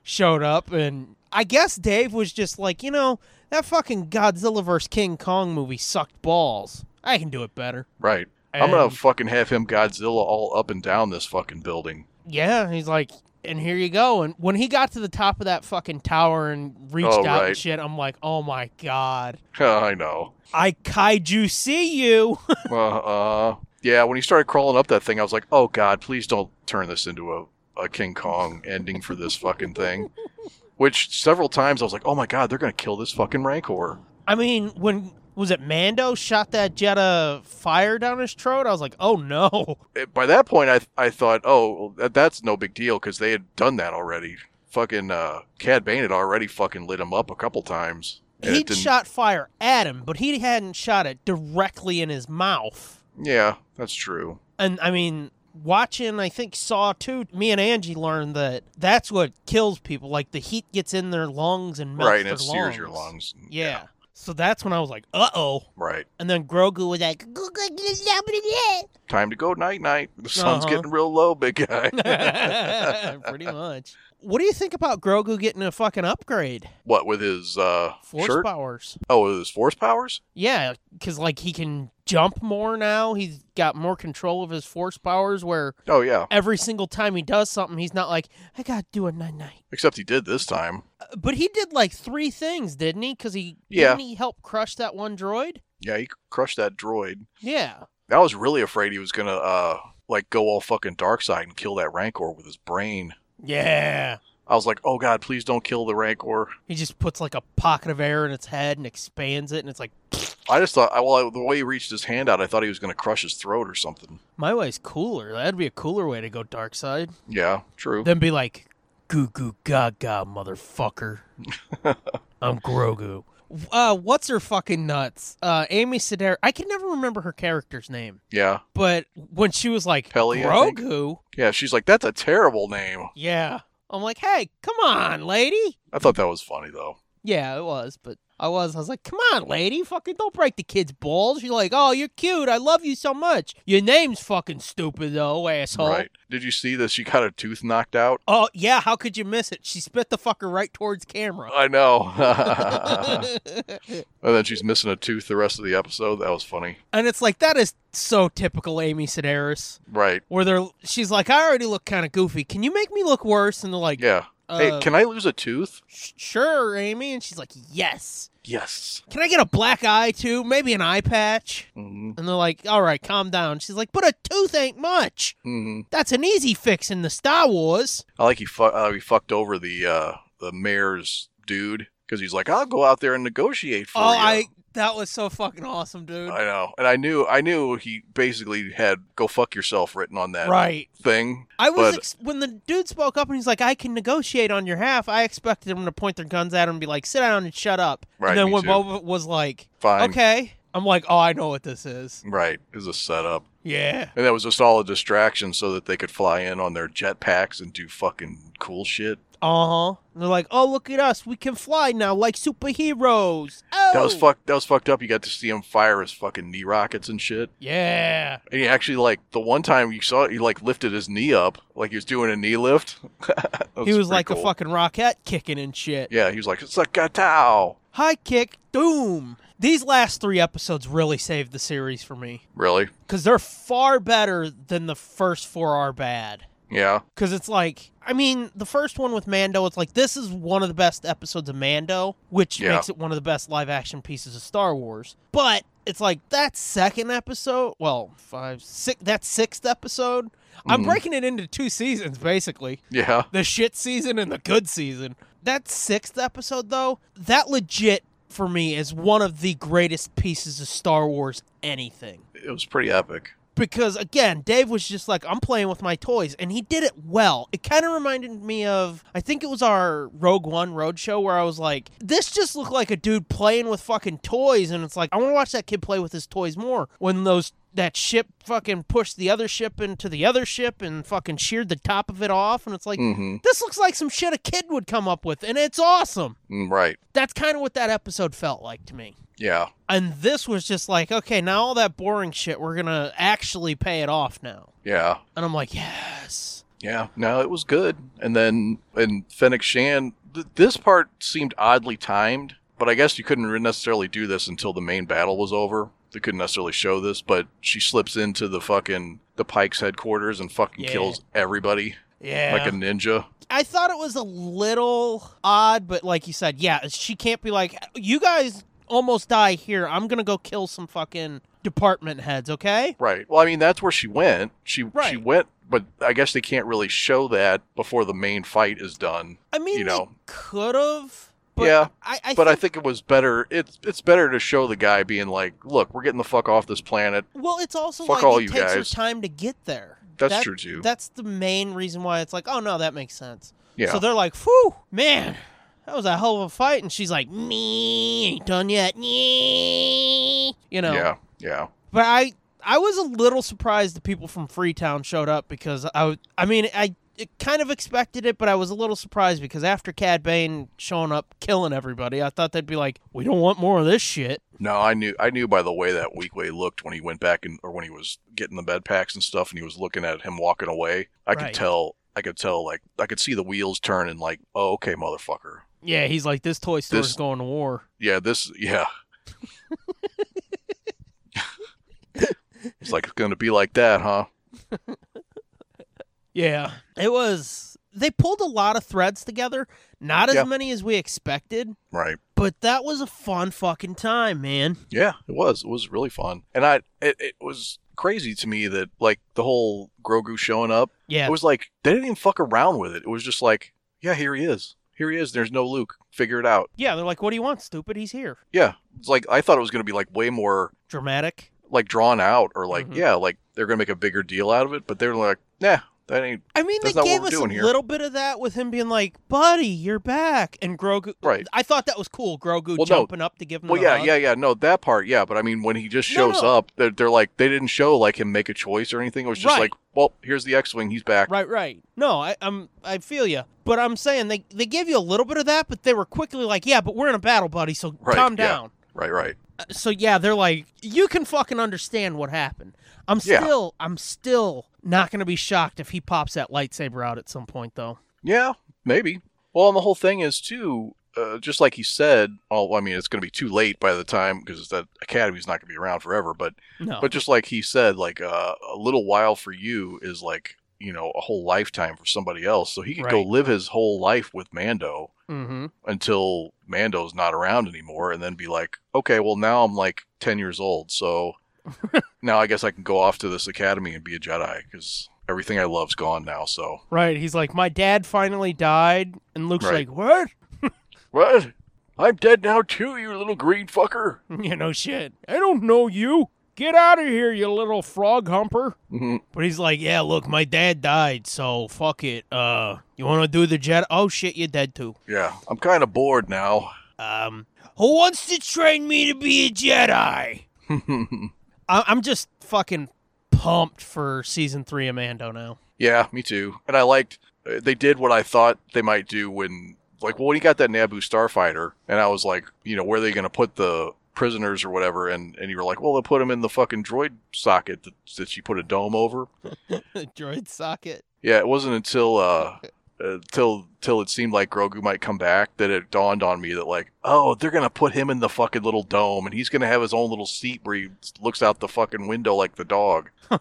Speaker 2: showed up, and I guess Dave was just like, you know, that fucking Godzilla vs. King Kong movie sucked balls. I can do it better.
Speaker 3: right. I'm gonna
Speaker 2: And-
Speaker 3: fucking have him Godzilla all up and down this fucking building.
Speaker 2: Yeah, he's like, and here you go. And when he got to the top of that fucking tower and reached
Speaker 3: Oh,
Speaker 2: out and
Speaker 3: right.
Speaker 2: shit, I'm like, oh my god,
Speaker 3: I know.
Speaker 2: I kaiju see you.
Speaker 3: Uh, uh, yeah, when he started crawling up that thing, I was like, oh god, please don't turn this into a, a King Kong ending for this fucking thing. Which several times I was like, oh my god, they're gonna kill this fucking Rancor.
Speaker 2: I mean, when was it Mando shot that jet of fire down his throat? I was like, oh no.
Speaker 3: It- Eh, by that point, I I thought, oh, well, that, that's no big deal because they had done that already. Fucking uh, Cad Bane had already fucking lit him up a couple times. and it
Speaker 2: He'd
Speaker 3: didn't-
Speaker 2: shot fire at him, but he hadn't shot it directly in his mouth.
Speaker 3: Yeah, that's true.
Speaker 2: And I mean, watching, I think Saw 2, me and Angie learned that that's what kills people. Like the heat gets in their lungs and melts
Speaker 3: right, and
Speaker 2: their
Speaker 3: it sears your
Speaker 2: lungs.
Speaker 3: lungs.
Speaker 2: Yeah. So that's when I was like, uh oh.
Speaker 3: Right.
Speaker 2: And then Grogu was like,
Speaker 3: Time to go night night. The sun's
Speaker 2: Uh-huh.
Speaker 3: getting real low, big guy.
Speaker 2: pretty much. What do you think about Grogu getting a fucking upgrade?
Speaker 3: what with his uh
Speaker 2: Force
Speaker 3: shirt?
Speaker 2: powers.
Speaker 3: Oh, with his force powers?
Speaker 2: Yeah, because like he can jump more now. He's got more control of his force powers. Where
Speaker 3: Oh yeah.
Speaker 2: every single time he does something, he's not like I gotta do a night night.
Speaker 3: Except he did this time.
Speaker 2: Uh, But he did like three things, didn't he? Because he
Speaker 3: Yeah.
Speaker 2: didn't he help crush that one droid?
Speaker 3: Yeah, he crushed that droid.
Speaker 2: Yeah,
Speaker 3: I was really afraid he was gonna uh like go all fucking dark side and kill that Rancor with his brain.
Speaker 2: yeah.
Speaker 3: I was like, oh god, please don't kill the Rancor.
Speaker 2: He just puts like a pocket of air in its head and expands it, and it's like
Speaker 3: I just thought, I- well, the way he reached his hand out, I thought he was gonna crush his throat or something.
Speaker 2: my way's cooler. That'd be a cooler way to go dark side.
Speaker 3: Yeah, true.
Speaker 2: Then be like, goo goo gaga, motherfucker. I'm Grogu. Uh, what's her fucking nuts? Uh, Amy Sedaris. I can never remember her character's name,
Speaker 3: Yeah,
Speaker 2: but when she was like
Speaker 3: Peli, I think.
Speaker 2: Grogu,
Speaker 3: yeah. She's like, that's a terrible name.
Speaker 2: yeah, I'm like, hey, come on, lady.
Speaker 3: I thought that was funny though.
Speaker 2: Yeah, it was, but I was, I was like, come on, lady, fucking don't break the kid's balls. You're like, oh, you're cute, I love you so much. Your name's fucking stupid though, asshole.
Speaker 3: Right? Did you see that she got her tooth knocked out?
Speaker 2: Oh yeah, how could you miss it? She spit the fucker right towards camera.
Speaker 3: I know. And then Oh, she's missing a tooth the rest of the episode. That was funny.
Speaker 2: And it's like that is so typical Amy Sedaris,
Speaker 3: Right.
Speaker 2: where they're she's like, I already look kind of goofy. Can you make me look worse? And they're like,
Speaker 3: Yeah.
Speaker 2: Uh,
Speaker 3: hey, can I lose a tooth?
Speaker 2: "Sh- Sure, Amy. And she's like, Yes.
Speaker 3: Yes.
Speaker 2: Can I get a black eye too? Maybe an eye patch.
Speaker 3: hmm
Speaker 2: And they're like, All right, calm down. She's like, But a tooth ain't much.
Speaker 3: hmm
Speaker 2: That's an easy fix in the Star Wars.
Speaker 3: I like he fu- uh, he fucked over the uh, the mayor's dude because he's like, I'll go out there and negotiate for
Speaker 2: Oh,
Speaker 3: you.
Speaker 2: I that was so fucking awesome, dude.
Speaker 3: I know, and I knew I knew he basically had "go fuck yourself" written on that
Speaker 2: right.
Speaker 3: thing.
Speaker 2: I was
Speaker 3: But-
Speaker 2: ex- when the dude spoke up and he's like, "I can negotiate on your half." I expected him to point their guns at him and be like, "Sit down and shut up."
Speaker 3: Right,
Speaker 2: and then
Speaker 3: me
Speaker 2: when
Speaker 3: too.
Speaker 2: Boba was like,
Speaker 3: Fine.
Speaker 2: "Okay," I'm like, "Oh, I know what this is."
Speaker 3: Right, it was a setup,
Speaker 2: Yeah,
Speaker 3: and that was just all a distraction so that they could fly in on their jetpacks and do fucking cool shit.
Speaker 2: uh huh. They're like, "Oh, look at us! We can fly now, like superheroes." Oh,
Speaker 3: That was fucked. That was fucked up. You got to see him fire his fucking knee rockets and shit.
Speaker 2: Yeah,
Speaker 3: And he actually like the one time you saw it, he like lifted his knee up, like he was doing a knee lift. That
Speaker 2: he was
Speaker 3: pretty
Speaker 2: like a
Speaker 3: cool.
Speaker 2: fucking rocket kicking and shit.
Speaker 3: Yeah, he was like, it's like a towel.
Speaker 2: High kick, doom. These last three episodes really saved the series for me
Speaker 3: Really?
Speaker 2: because they're far better than the first four are bad.
Speaker 3: Yeah.
Speaker 2: Because it's like, I mean, the first one with Mando, it's like, this is one of the best episodes of Mando, which
Speaker 3: Yeah.
Speaker 2: makes it one of the best live action pieces of Star Wars. But it's like, that second episode, well, five, six, that sixth episode, I'm
Speaker 3: Mhm.
Speaker 2: breaking it into two seasons, basically
Speaker 3: Yeah.
Speaker 2: the shit season and the good season. That sixth episode, though, that legit, for me, is one of the greatest pieces of Star Wars anything
Speaker 3: It was pretty epic.
Speaker 2: because again, Dave was just like, "I'm playing with my toys," and he did it well. It kind of reminded me of, I think it was our Rogue One roadshow where I was like, "This just looked like a dude playing with fucking toys," and it's like, I want to watch that kid play with his toys more. When those that ship fucking pushed the other ship into the other ship and fucking sheared the top of it off, and it's like,
Speaker 3: Mm-hmm.
Speaker 2: this looks like some shit a kid would come up with, and it's awesome.
Speaker 3: Mm, right.
Speaker 2: That's kind of what that episode felt like to me.
Speaker 3: Yeah.
Speaker 2: And this was just like, okay, now all that boring shit, we're gonna actually pay it off now.
Speaker 3: Yeah.
Speaker 2: And I'm like, yes.
Speaker 3: Yeah. No, it was good. And then and Fennec Shan, th- this part seemed oddly timed, but I guess you couldn't necessarily do this until the main battle was over. They couldn't necessarily show this, but she slips into the fucking the Pike's headquarters and fucking
Speaker 2: Yeah.
Speaker 3: kills everybody.
Speaker 2: Yeah.
Speaker 3: like a ninja.
Speaker 2: I thought it was a little odd, but like you said, yeah, she can't be like, you guys almost die here. I'm going to go kill some fucking department heads, okay?
Speaker 3: Right. Well, I mean, that's where she went. She she
Speaker 2: Right.
Speaker 3: went, but I guess they can't really show that before the main fight is done.
Speaker 2: I mean,
Speaker 3: You
Speaker 2: they
Speaker 3: know.
Speaker 2: could have. But
Speaker 3: Yeah,
Speaker 2: I, I
Speaker 3: but
Speaker 2: think,
Speaker 3: I think it was better. It's it's better to show the guy being like, "Look, we're getting the fuck off this planet."
Speaker 2: Well, it's also
Speaker 3: Fuck
Speaker 2: like
Speaker 3: all
Speaker 2: it
Speaker 3: you
Speaker 2: takes her
Speaker 3: guys.
Speaker 2: time to get there.
Speaker 3: That's
Speaker 2: That-
Speaker 3: true too.
Speaker 2: That's the main reason why it's like, oh no, that makes sense.
Speaker 3: yeah.
Speaker 2: So they're like, "Phew, man, that was a hell of a fight," and she's like, "Me ain't done yet." "Nee." You know.
Speaker 3: Yeah. Yeah.
Speaker 2: But I I was a little surprised the people from Freetown showed up because I w- I mean I it kind of expected it, but I was a little surprised because after Cad Bane showing up killing everybody, I thought they'd be like, "We don't want more of this shit."
Speaker 3: No, I knew I knew by the way that Weekway looked when he went back and or when he was getting the bed packs and stuff and he was looking at him walking away. I
Speaker 2: Right.
Speaker 3: could tell I could tell like I could see the wheels turning like, oh okay, motherfucker.
Speaker 2: Yeah, he's like, "This toy store's
Speaker 3: This-
Speaker 2: going to war."
Speaker 3: Yeah, this yeah. it's like it's gonna be like that, huh?
Speaker 2: Yeah, it was. They pulled a lot of threads together, not as
Speaker 3: Yeah.
Speaker 2: many as we expected.
Speaker 3: Right.
Speaker 2: But that was a fun fucking time, man.
Speaker 3: Yeah, it was. It was really fun. And I it, it was crazy to me that like the whole Grogu showing up
Speaker 2: Yeah.
Speaker 3: It was like they didn't even fuck around with it. It was just like, yeah, here he is. Here he is. There's no Luke. Figure it out.
Speaker 2: yeah, they're like, what do you want, stupid? He's here.
Speaker 3: Yeah. It's like I thought it was going to be like way more
Speaker 2: Dramatic.
Speaker 3: like drawn out or like
Speaker 2: Mhm.
Speaker 3: yeah, like they're going to make a bigger deal out of it, but they're like, nah, that ain't
Speaker 2: I mean,
Speaker 3: That's
Speaker 2: they
Speaker 3: not what
Speaker 2: gave
Speaker 3: we're
Speaker 2: us a
Speaker 3: doing here.
Speaker 2: little bit of that with him being like, buddy, you're back. And Grogu.
Speaker 3: right.
Speaker 2: I thought that was cool. Grogu
Speaker 3: Well, no.
Speaker 2: jumping up to give him
Speaker 3: Well,
Speaker 2: the
Speaker 3: yeah,
Speaker 2: hug.
Speaker 3: yeah, yeah. No, that part, yeah. But I mean, when he just
Speaker 2: No,
Speaker 3: shows
Speaker 2: no.
Speaker 3: up, they're, they're like, they didn't show like him make a choice or anything. It was just
Speaker 2: Right.
Speaker 3: like, well, here's the X-wing. He's back.
Speaker 2: Right, right. No, I, I'm, I feel you. But I'm saying they, they gave you a little bit of that, but they were quickly like, yeah, but we're in a battle, buddy, so
Speaker 3: Right,
Speaker 2: calm
Speaker 3: yeah.
Speaker 2: down. Uh,
Speaker 3: right, right.
Speaker 2: so yeah, they're like, you can fucking understand what happened. I'm
Speaker 3: Yeah.
Speaker 2: still, I'm still not gonna be shocked if he pops that lightsaber out at some point, though.
Speaker 3: Yeah, maybe. Well, and the whole thing is too, uh, just like he said. Oh, I mean, it's going to be too late by the time because that academy's not going to be around forever. But
Speaker 2: No,
Speaker 3: but just like he said, like uh, a little while for you is like you know a whole lifetime for somebody else. So he could go
Speaker 2: Right.
Speaker 3: live his whole life with Mando
Speaker 2: mm-hmm.
Speaker 3: until Mando's not around anymore, and then be like, okay, well now I'm like ten years old, so now I guess I can go off to this academy and be a Jedi because everything I love's gone now. So
Speaker 2: right? He's like, my dad finally died, and Luke's
Speaker 3: Right.
Speaker 2: like, what?
Speaker 3: What? I'm dead now too, you little green fucker.
Speaker 2: You know, shit. I don't know you. Get out of here, you little frog humper.
Speaker 3: Mhm.
Speaker 2: But he's like, yeah, look, my dad died, so fuck it. Uh, you want to do the jet? Oh shit, you're dead too.
Speaker 3: Yeah, I'm kind of bored now.
Speaker 2: Um, who wants to train me to be a Jedi? I- I'm just fucking pumped for season three of Mando now.
Speaker 3: yeah, me too. And I liked uh, they did what I thought they might do when, like, well, when he got that Naboo starfighter, and I was like, you know, where are they going to put the prisoners or whatever? And and you were like, well, they'll put them in the fucking droid socket that, that you put a dome over.
Speaker 2: Droid socket.
Speaker 3: Yeah, it wasn't until uh. Uh, till till it seemed like Grogu might come back, that it dawned on me that like, oh, they're gonna put him in the fucking little dome, and he's gonna have his own little seat where he looks out the fucking window like the dog.
Speaker 2: Ruff!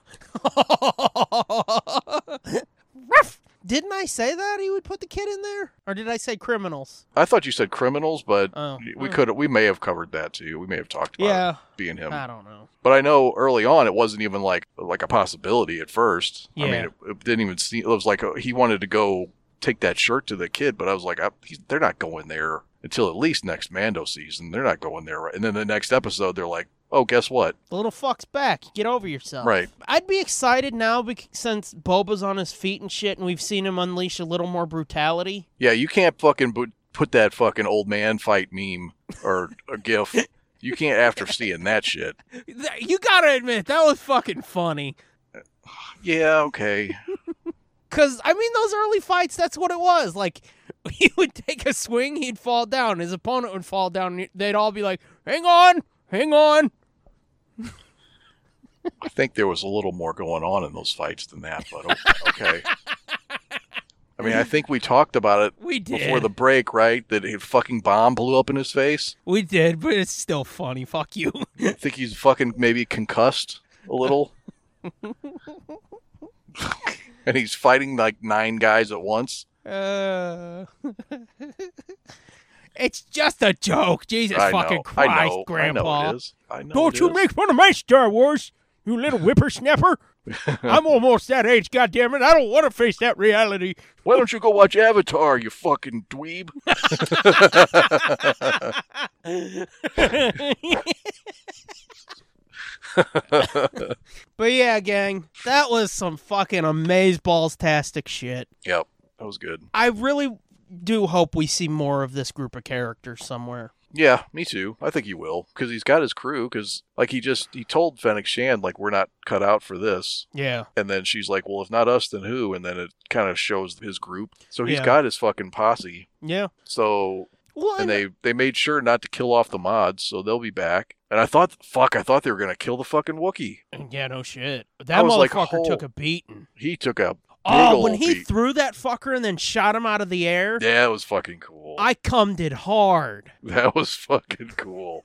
Speaker 2: Didn't I say that he would put the kid in there, or did I say criminals?
Speaker 3: I thought you said criminals, but
Speaker 2: Oh,
Speaker 3: we
Speaker 2: oh.
Speaker 3: could we may have covered that too. We may have talked about
Speaker 2: Yeah,
Speaker 3: it being him,
Speaker 2: I don't know.
Speaker 3: but I know early on it wasn't even like like a possibility at first. I
Speaker 2: Yeah.
Speaker 3: mean, it, it didn't even seem. It was like uh he wanted to go take that shirt to the kid, but I was like, I, he's, they're not going there until at least next Mando season. They're not going there, right? And then the next episode, they're like, oh, guess what?
Speaker 2: The little fuck's back. Get over yourself.
Speaker 3: Right.
Speaker 2: I'd be excited now bec- since Boba's on his feet and shit, and we've seen him unleash a little more brutality.
Speaker 3: Yeah, you can't fucking bu- put that fucking old man fight meme or a gif. You can't after seeing that shit.
Speaker 2: Th- You gotta admit that was fucking funny.
Speaker 3: Yeah, okay.
Speaker 2: Cause I mean, those early fights, that's what it was. Like he would take a swing, he'd fall down. His opponent would fall down. and They'd all be like, "Hang on, hang on."
Speaker 3: I think there was a little more going on in those fights than that, but o- okay. I mean, I think we talked about it
Speaker 2: We did.
Speaker 3: before the break, right? That a fucking bomb blew up in his face.
Speaker 2: we did, but it's still funny. Fuck you.
Speaker 3: I think he's fucking maybe concussed a little. and he's fighting like nine guys at once.
Speaker 2: Uh, it's just a joke. Jesus
Speaker 3: I
Speaker 2: fucking
Speaker 3: know,
Speaker 2: Christ,
Speaker 3: I know,
Speaker 2: Grandpa.
Speaker 3: I know it is. I know
Speaker 2: Don't
Speaker 3: it
Speaker 2: you
Speaker 3: is.
Speaker 2: make fun of my Star Wars, you little whippersnapper. I'm almost that age, goddammit. I don't want to face that reality.
Speaker 3: Why don't you go watch Avatar, you fucking dweeb?
Speaker 2: But yeah, gang, that was some fucking amazeballs-tastic shit.
Speaker 3: Yep, that was good.
Speaker 2: I really do hope we see more of this group of characters somewhere.
Speaker 3: Yeah, me too. I think he will because he's got his crew. Because like he just he told Fennec Shand like we're not cut out for this,
Speaker 2: Yeah.
Speaker 3: and then she's like, well, if not us, then who? And then it kind of shows his group. So he's
Speaker 2: Yeah.
Speaker 3: got his fucking posse.
Speaker 2: Yeah.
Speaker 3: So
Speaker 2: Well,
Speaker 3: and they they made sure not to kill off the mods, so they'll be back. And I thought, fuck, I thought they were gonna kill the fucking Wookiee.
Speaker 2: yeah, no shit. That
Speaker 3: was
Speaker 2: motherfucker
Speaker 3: like,
Speaker 2: took
Speaker 3: oh.
Speaker 2: a beating.
Speaker 3: He took a big
Speaker 2: Oh,
Speaker 3: ol'
Speaker 2: when he
Speaker 3: beat.
Speaker 2: threw that fucker and then shot him out of the air,
Speaker 3: yeah, it was fucking cool.
Speaker 2: I cummed it hard.
Speaker 3: That was fucking cool.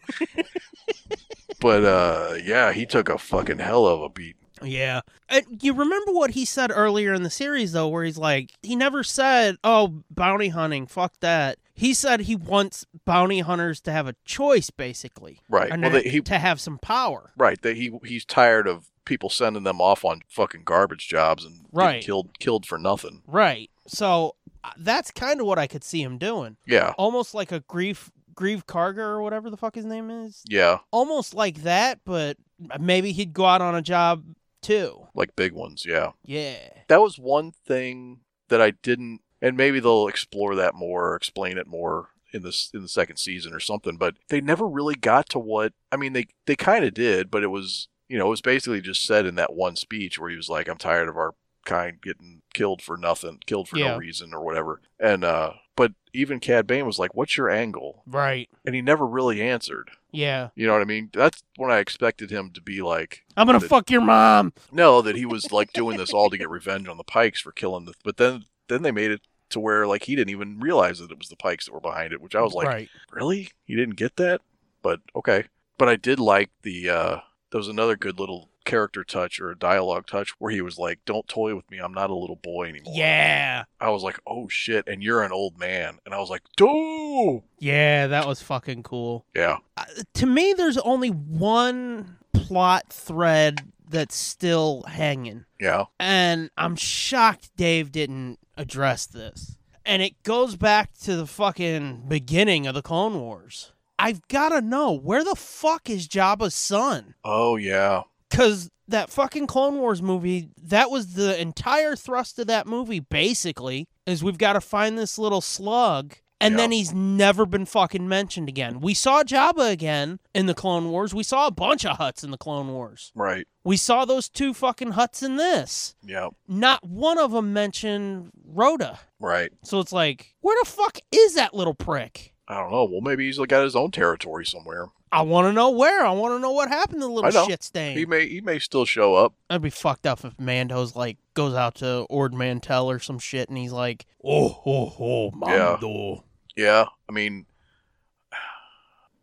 Speaker 3: but uh yeah, he took a fucking hell of a beat.
Speaker 2: Yeah. And you remember what he said earlier in the series, though, where he's like, he never said, oh, bounty hunting, fuck that. He said he wants bounty hunters to have a choice, basically,
Speaker 3: Right.
Speaker 2: and
Speaker 3: well,
Speaker 2: that-
Speaker 3: they, he
Speaker 2: to have some power.
Speaker 3: right. They, he he's tired of people sending them off on fucking garbage jobs and getting
Speaker 2: Right.
Speaker 3: killed killed for nothing.
Speaker 2: Right. So uh, that's kind of what I could see him doing.
Speaker 3: Yeah.
Speaker 2: Almost like a grief. Grieve Karga or whatever the fuck his name is.
Speaker 3: Yeah.
Speaker 2: Almost like that, but maybe he'd go out on a job too.
Speaker 3: Like big ones. Yeah.
Speaker 2: Yeah.
Speaker 3: That was one thing that I didn't, and maybe they'll explore that more, or explain it more in this in the second season or something. But they never really got to what I mean. They they kind of did, but it was you know it was basically just said in that one speech where he was like, "I'm tired of our kind getting killed for nothing, killed for
Speaker 2: Yeah.
Speaker 3: no reason or whatever." And uh, but even Cad Bane was like, "What's your angle?"
Speaker 2: Right.
Speaker 3: And he never really answered.
Speaker 2: Yeah.
Speaker 3: You know what I mean? That's when I expected him to be like,
Speaker 2: I'm gonna
Speaker 3: But-
Speaker 2: fuck your mom.
Speaker 3: no, that he was like doing this all to get revenge on the Pikes for killing the. But then then they made it to where like he didn't even realize that it was the Pikes that were behind it, which I was like,
Speaker 2: right.
Speaker 3: really? You didn't get that? But okay. But I did like the. uh There was another good little character touch or dialogue touch where he was like, "Don't toy with me. I'm not a little boy anymore."
Speaker 2: Yeah.
Speaker 3: I was like, "Oh shit!" And you're an old man. And I was like, "Doo."
Speaker 2: Yeah, that was fucking cool.
Speaker 3: Yeah.
Speaker 2: Uh, to me, there's only one plot thread that's still hanging.
Speaker 3: Yeah.
Speaker 2: And I'm shocked Dave didn't address this. And it goes back to the fucking beginning of the Clone Wars. I've got to know where the fuck is Jabba's son?
Speaker 3: Oh yeah.
Speaker 2: Because that fucking Clone Wars movie, that was the entire thrust of that movie, basically, is we've got to find this little slug. And
Speaker 3: Yeah.
Speaker 2: then he's never been fucking mentioned again. We saw Jabba again in the Clone Wars. We saw a bunch of huts in the Clone Wars.
Speaker 3: Right.
Speaker 2: We saw those two fucking huts in this.
Speaker 3: Yeah.
Speaker 2: Not one of them mentioned Rhoda.
Speaker 3: Right.
Speaker 2: So it's like, where the fuck is that little prick?
Speaker 3: I don't know. Well, maybe he's got his own territory somewhere.
Speaker 2: I want to know where. I want to know what happened to the
Speaker 3: I
Speaker 2: little
Speaker 3: know.
Speaker 2: shit stain.
Speaker 3: He may he may still show up.
Speaker 2: I'd be fucked up if Mando's like goes out to Ord Mantell or some shit and he's like, oh, oh, oh,
Speaker 3: Yeah.
Speaker 2: Mando.
Speaker 3: Yeah, I mean,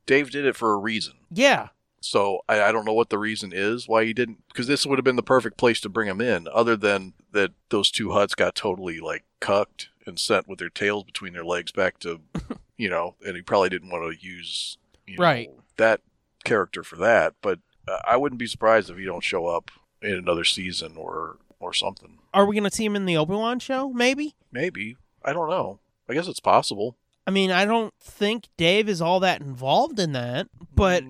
Speaker 3: Dave did it for a reason.
Speaker 2: Yeah.
Speaker 3: So I, I don't know what the reason is why he didn't, because this would have been the perfect place to bring him in, other than that those two huts got totally like cucked and sent with their tails between their legs back to, you know, and he probably didn't want to use you know,
Speaker 2: Right.
Speaker 3: that character for that. But uh, I wouldn't be surprised if he don't show up in another season or or something.
Speaker 2: Are we going to see him in the Obi Wan show? Maybe.
Speaker 3: Maybe I don't know. I guess it's possible.
Speaker 2: I mean, I don't think Dave is all that involved in that, but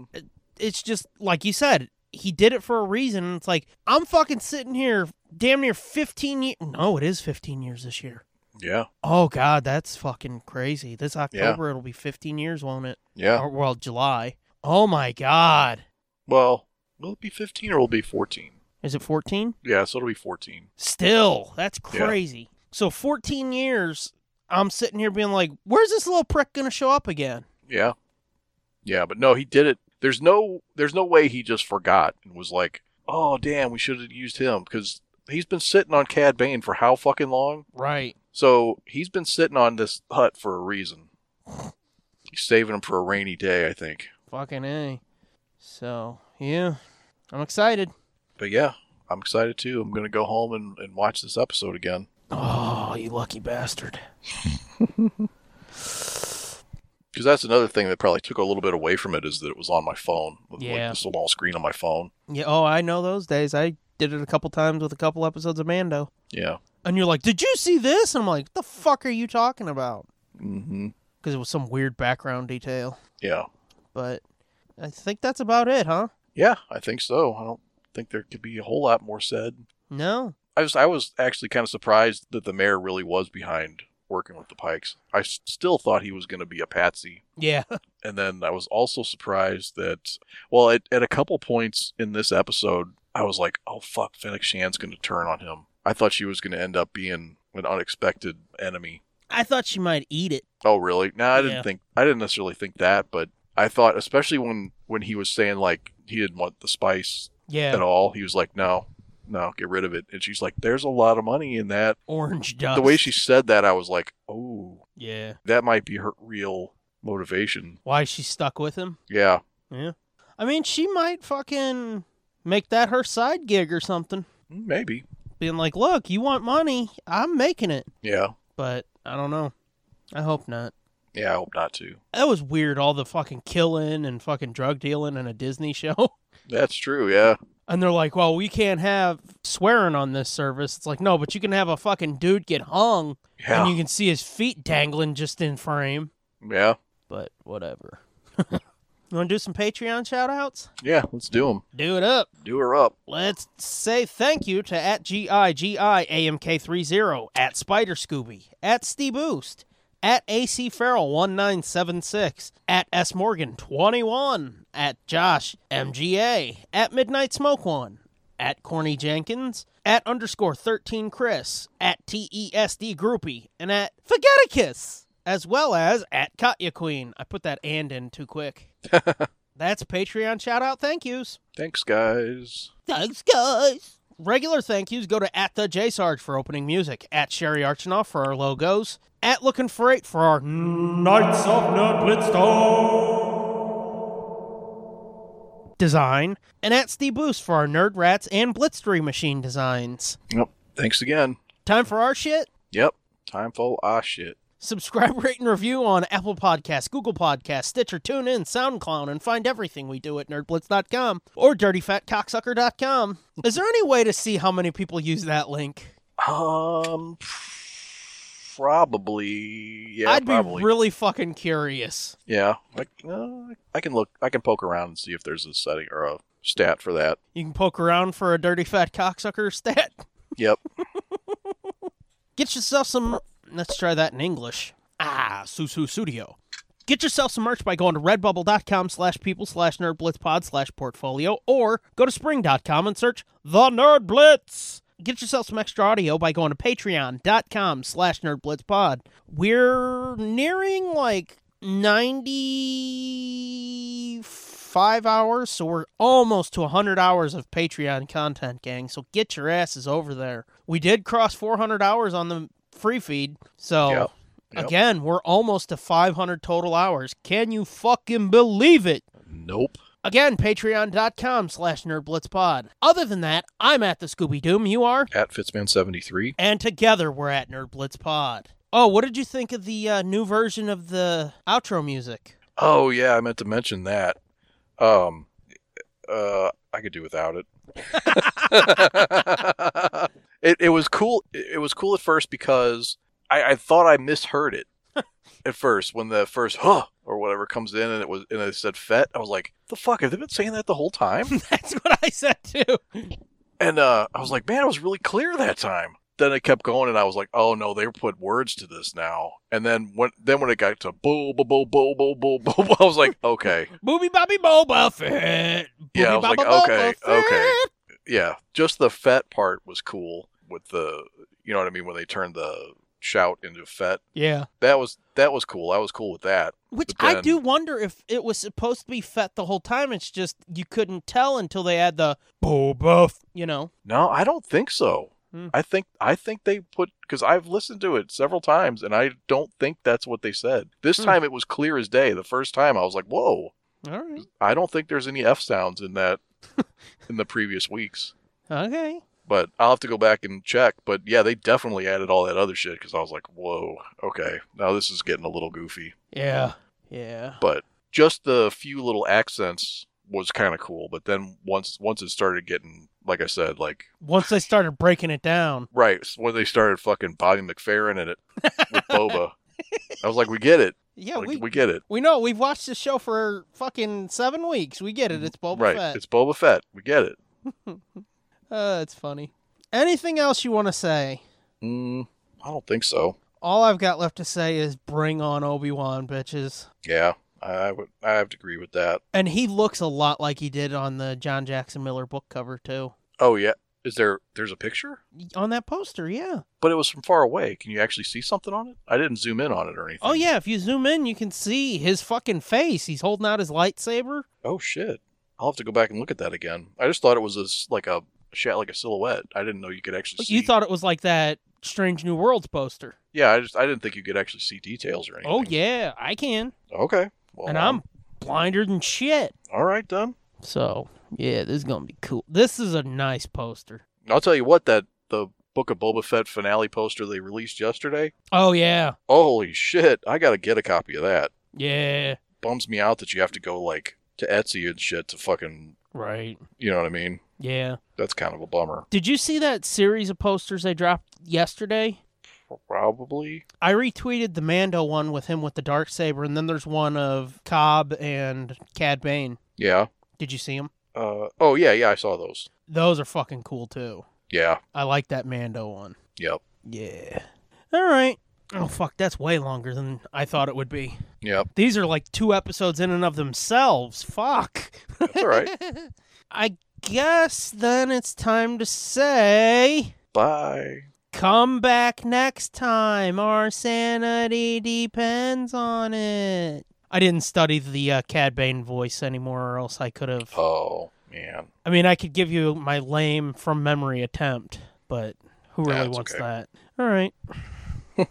Speaker 2: it's just like you said, he did it for a reason. It's like, I'm fucking sitting here damn near 15 years. No, it is 15 years this year.
Speaker 3: Yeah,
Speaker 2: Oh, God, that's fucking crazy. This October, it'll be 15 years, won't it?
Speaker 3: yeah.
Speaker 2: Or, well, July. Oh, my God.
Speaker 3: Well, will it be 15 or will it be 14?
Speaker 2: Is it 14?
Speaker 3: Yeah, so it'll be 14.
Speaker 2: Still, that's
Speaker 3: Yeah.
Speaker 2: crazy. So 14 years, I'm sitting here being like, where's this little prick going to show up again?
Speaker 3: Yeah. Yeah, but no, he did it. There's no there's no way he just forgot and was like, "Oh, damn, we should have used him cuz he's been sitting on Cad Bane for how fucking long?
Speaker 2: Right.
Speaker 3: So, he's been sitting on this hut for a reason. He's saving him for a rainy day, I think.
Speaker 2: Fucking A. So, yeah, I'm excited.
Speaker 3: But yeah, I'm excited too. I'm going to go home and, and watch this episode again.
Speaker 2: Oh, you lucky bastard.
Speaker 3: Because that's another thing that probably took a little bit away from it is that it was on my phone. With,
Speaker 2: Yeah.
Speaker 3: Like the small screen on my phone.
Speaker 2: Yeah, oh, I know those days. I did it a couple times with a couple episodes of Mando.
Speaker 3: Yeah.
Speaker 2: And you're like, "Did you see this?" And I'm like, "The fuck are you talking about?"
Speaker 3: Mm-hmm.
Speaker 2: Because it was some weird background detail.
Speaker 3: Yeah.
Speaker 2: But I think that's about it, huh?
Speaker 3: Yeah, I think so. I don't think there could be a whole lot more said.
Speaker 2: No.
Speaker 3: I was I was actually kind of surprised that the mayor really was behind working with the Pikes. I s- still thought he was going to be a patsy,
Speaker 2: Yeah.
Speaker 3: and then I was also surprised that well, at, at a couple points in this episode, I was like, "Oh fuck, Fennec Shan's going to turn on him." I thought she was going to end up being an unexpected enemy.
Speaker 2: I thought she might eat it.
Speaker 3: Oh, really? No, I didn't
Speaker 2: Yeah.
Speaker 3: think I didn't necessarily think that, but I thought especially when when he was saying like he didn't want the spice at
Speaker 2: Yeah.
Speaker 3: all. He was like, "No, no, get rid of it." And she's like, "There's a lot of money in that."
Speaker 2: Orange dust.
Speaker 3: the way she said that, I was like, oh,
Speaker 2: Yeah.
Speaker 3: that might be her real motivation.
Speaker 2: Why she stuck with him?
Speaker 3: Yeah,
Speaker 2: I mean, she might fucking make that her side gig or something.
Speaker 3: maybe.
Speaker 2: Being like, "Look, you want money? I'm making it."
Speaker 3: Yeah,
Speaker 2: But I don't know. I hope not.
Speaker 3: yeah. I hope not to.
Speaker 2: That was weird. All the fucking killing and fucking drug dealing in a Disney show.
Speaker 3: That's true. Yeah,
Speaker 2: And they're like, well, we can't have swearing on this service. It's like, no, but you can have a fucking dude get hung
Speaker 3: yeah,
Speaker 2: and you can see his feet dangling just in frame.
Speaker 3: yeah,
Speaker 2: But whatever. you want to do some Patreon shout outs?
Speaker 3: yeah. Let's do them.
Speaker 2: Do it up.
Speaker 3: Do her up.
Speaker 2: Let's say thank you to at GIGIAMK30, at Spider Scooby, at Steve Boost, at AC Farrell 1976, at S Morgan 21, at Josh MGA, at Midnight Smoke One, at Corny Jenkins, at underscore 13 Chris, at TESD Groupie, and at Forgeticus, as well as at Katya Queen. I put that and in too quick. That's Patreon shout out thank yous.
Speaker 3: Thanks, guys.
Speaker 2: Thanks, guys. Regular thank yous go to at the J Sarge for opening music, at Sherry Archinoff for our logos, at Looking for Eight for our
Speaker 6: Knights of Nerdblitzdom!
Speaker 2: design, and at Steve Boost for our Nerd Rats and Blitztree machine designs.
Speaker 3: Yep. Thanks again.
Speaker 2: Time for our shit.
Speaker 3: Yep. Time for ah shit.
Speaker 2: Subscribe, rate, and review on Apple Podcasts, Google Podcasts, Stitcher, TuneIn, SoundCloud, and find everything we do at nerdblitz.com or dirtyfatcocksucker.com. Is there any way to see how many people use that link?
Speaker 3: Um, probably. Yeah,
Speaker 2: I'd
Speaker 3: probably.
Speaker 2: be really fucking curious.
Speaker 3: yeah, like uh, I can look. I can poke around and see if there's a setting or a stat for that.
Speaker 2: You can poke around for a dirty fat cocksucker stat.
Speaker 3: Yep.
Speaker 2: Get yourself some. Let's try that in English. Ah, Susu Studio. Get yourself some merch by going to redbubble.com slash people slash nerdblitzpod slash portfolio or go to spring.com and search The Nerd Blitz. Get yourself some extra audio by going to patreon.com slash nerdblitzpod. We're nearing like 95 hours, so we're almost to 100 hours of Patreon content, gang. So get your asses over there. We did cross 400 hours on the free feed, so.
Speaker 3: Yeah. Yep.
Speaker 2: Again, we're almost to 500 total hours. Can you fucking believe it?
Speaker 3: Nope.
Speaker 2: Again, patreon.com slash nerdblitzpod. Other than that, I'm at the Scooby Doom, you are,
Speaker 3: At Fitzman seventy three.
Speaker 2: and together we're at nerdblitzpod. Oh, what did you think of the uh, new version of the outro music?
Speaker 3: Oh yeah, I meant to mention that. Um, uh, I could do without it. it it was cool. It was cool at first because I, I thought I misheard it at first when the first huh or whatever comes in and it was and it said fet. I was like, the fuck have they been saying that the whole time?
Speaker 2: That's what I said too.
Speaker 3: and uh, I was like, man, it was really clear that time. Then it kept going, and I was like, "Oh no, they put words to this now." And then when then when it got to boo boo boo boo boo boo boo, I was like, "Okay,
Speaker 2: Booby Bobby Boba Fett. Booby
Speaker 3: Yeah, I was like,
Speaker 2: Boba
Speaker 3: okay,
Speaker 2: Fett.
Speaker 3: okay. yeah, just the fet part was cool with the you know what I mean when they turned the shout into fet.
Speaker 2: Yeah.
Speaker 3: That was that was cool. I was cool with that.
Speaker 2: Which
Speaker 3: But
Speaker 2: I
Speaker 3: then-
Speaker 2: do wonder if it was supposed to be Fett the whole time. It's just you couldn't tell until they had the Boba, F- you know.
Speaker 3: No, I don't think so.
Speaker 2: Hmm.
Speaker 3: I think I think they put because I've listened to it several times and I don't think that's what they said. This
Speaker 2: Hmm.
Speaker 3: time it was clear as day. The first time I was like, "Whoa,
Speaker 2: All right.
Speaker 3: I don't think there's any f sounds in that in the previous weeks."
Speaker 2: Okay.
Speaker 3: But I'll have to go back and check. But yeah, they definitely added all that other shit because I was like, whoa, okay, now this is getting a little goofy.
Speaker 2: Yeah. Yeah.
Speaker 3: But just the few little accents was kind of cool. But then once once it started getting, like I said, like
Speaker 2: Once they started breaking it down,
Speaker 3: right when they started fucking Bobby McFerrin in it with Boba, I was like, we get it,
Speaker 2: yeah,
Speaker 3: Like,
Speaker 2: we, we
Speaker 3: get it,
Speaker 2: know we've watched this show for fucking seven weeks. We get it. It's Boba
Speaker 3: right?
Speaker 2: Fett.
Speaker 3: It's Boba Fett, we get it.
Speaker 2: Uh, it's funny. Anything else you want to say?
Speaker 3: Mm, I don't think so.
Speaker 2: All I've got left to say is bring on Obi Wan, bitches.
Speaker 3: Yeah, I would. I have to agree with that.
Speaker 2: And he looks a lot like he did on the John Jackson Miller book cover too.
Speaker 3: Oh yeah, is there? There's a picture,
Speaker 2: On that poster, yeah.
Speaker 3: but it was from far away. Can you actually see something on it? I didn't zoom in on it or anything.
Speaker 2: Oh yeah, if you zoom in, you can see his fucking face. He's holding out his lightsaber.
Speaker 3: Oh shit. I'll have to go back and look at that again. I just thought it was this like a shot, like a silhouette. I didn't know you could actually. see.
Speaker 2: You thought it was like that Strange New Worlds poster.
Speaker 3: Yeah, I just I didn't think you could actually see details or anything.
Speaker 2: Oh yeah, I can.
Speaker 3: Okay. Well, um,
Speaker 2: and I'm blinder than shit.
Speaker 3: all right then.
Speaker 2: So yeah, this is gonna be cool. This is a nice poster.
Speaker 3: I'll tell you what that the Book of Boba Fett finale poster they released yesterday.
Speaker 2: Oh yeah,
Speaker 3: Holy shit! I gotta get a copy of that.
Speaker 2: yeah.
Speaker 3: Bums me out that you have to go like to Etsy and shit to fucking
Speaker 2: Right.
Speaker 3: you know what I mean.
Speaker 2: Yeah.
Speaker 3: That's kind of a bummer.
Speaker 2: Did you see that series of posters they dropped yesterday?
Speaker 3: Probably.
Speaker 2: I retweeted the Mando one with him with the dark saber, and then there's one of Cobb and Cad Bane.
Speaker 3: Yeah.
Speaker 2: Did you see them?
Speaker 3: Uh. Oh yeah. Yeah. I saw those.
Speaker 2: Those are fucking cool too.
Speaker 3: Yeah.
Speaker 2: I like that Mando one.
Speaker 3: Yep.
Speaker 2: Yeah. All right. Oh fuck, that's way longer than I thought it would be.
Speaker 3: Yep.
Speaker 2: These are like two episodes in and of themselves. Fuck.
Speaker 3: That's all right.
Speaker 2: I guess then it's time to say
Speaker 3: Bye.
Speaker 2: come back next time. Our sanity depends on it. I didn't study the uh, Cad Bane voice anymore, or else I could have.
Speaker 3: Oh man.
Speaker 2: I mean, I could give you my lame from memory attempt, but who really
Speaker 3: That's
Speaker 2: wants
Speaker 3: okay.
Speaker 2: that? All right.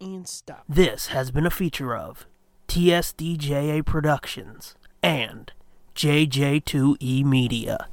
Speaker 2: and stop. This has been a feature of TSDJA Productions and JJ2E E Media.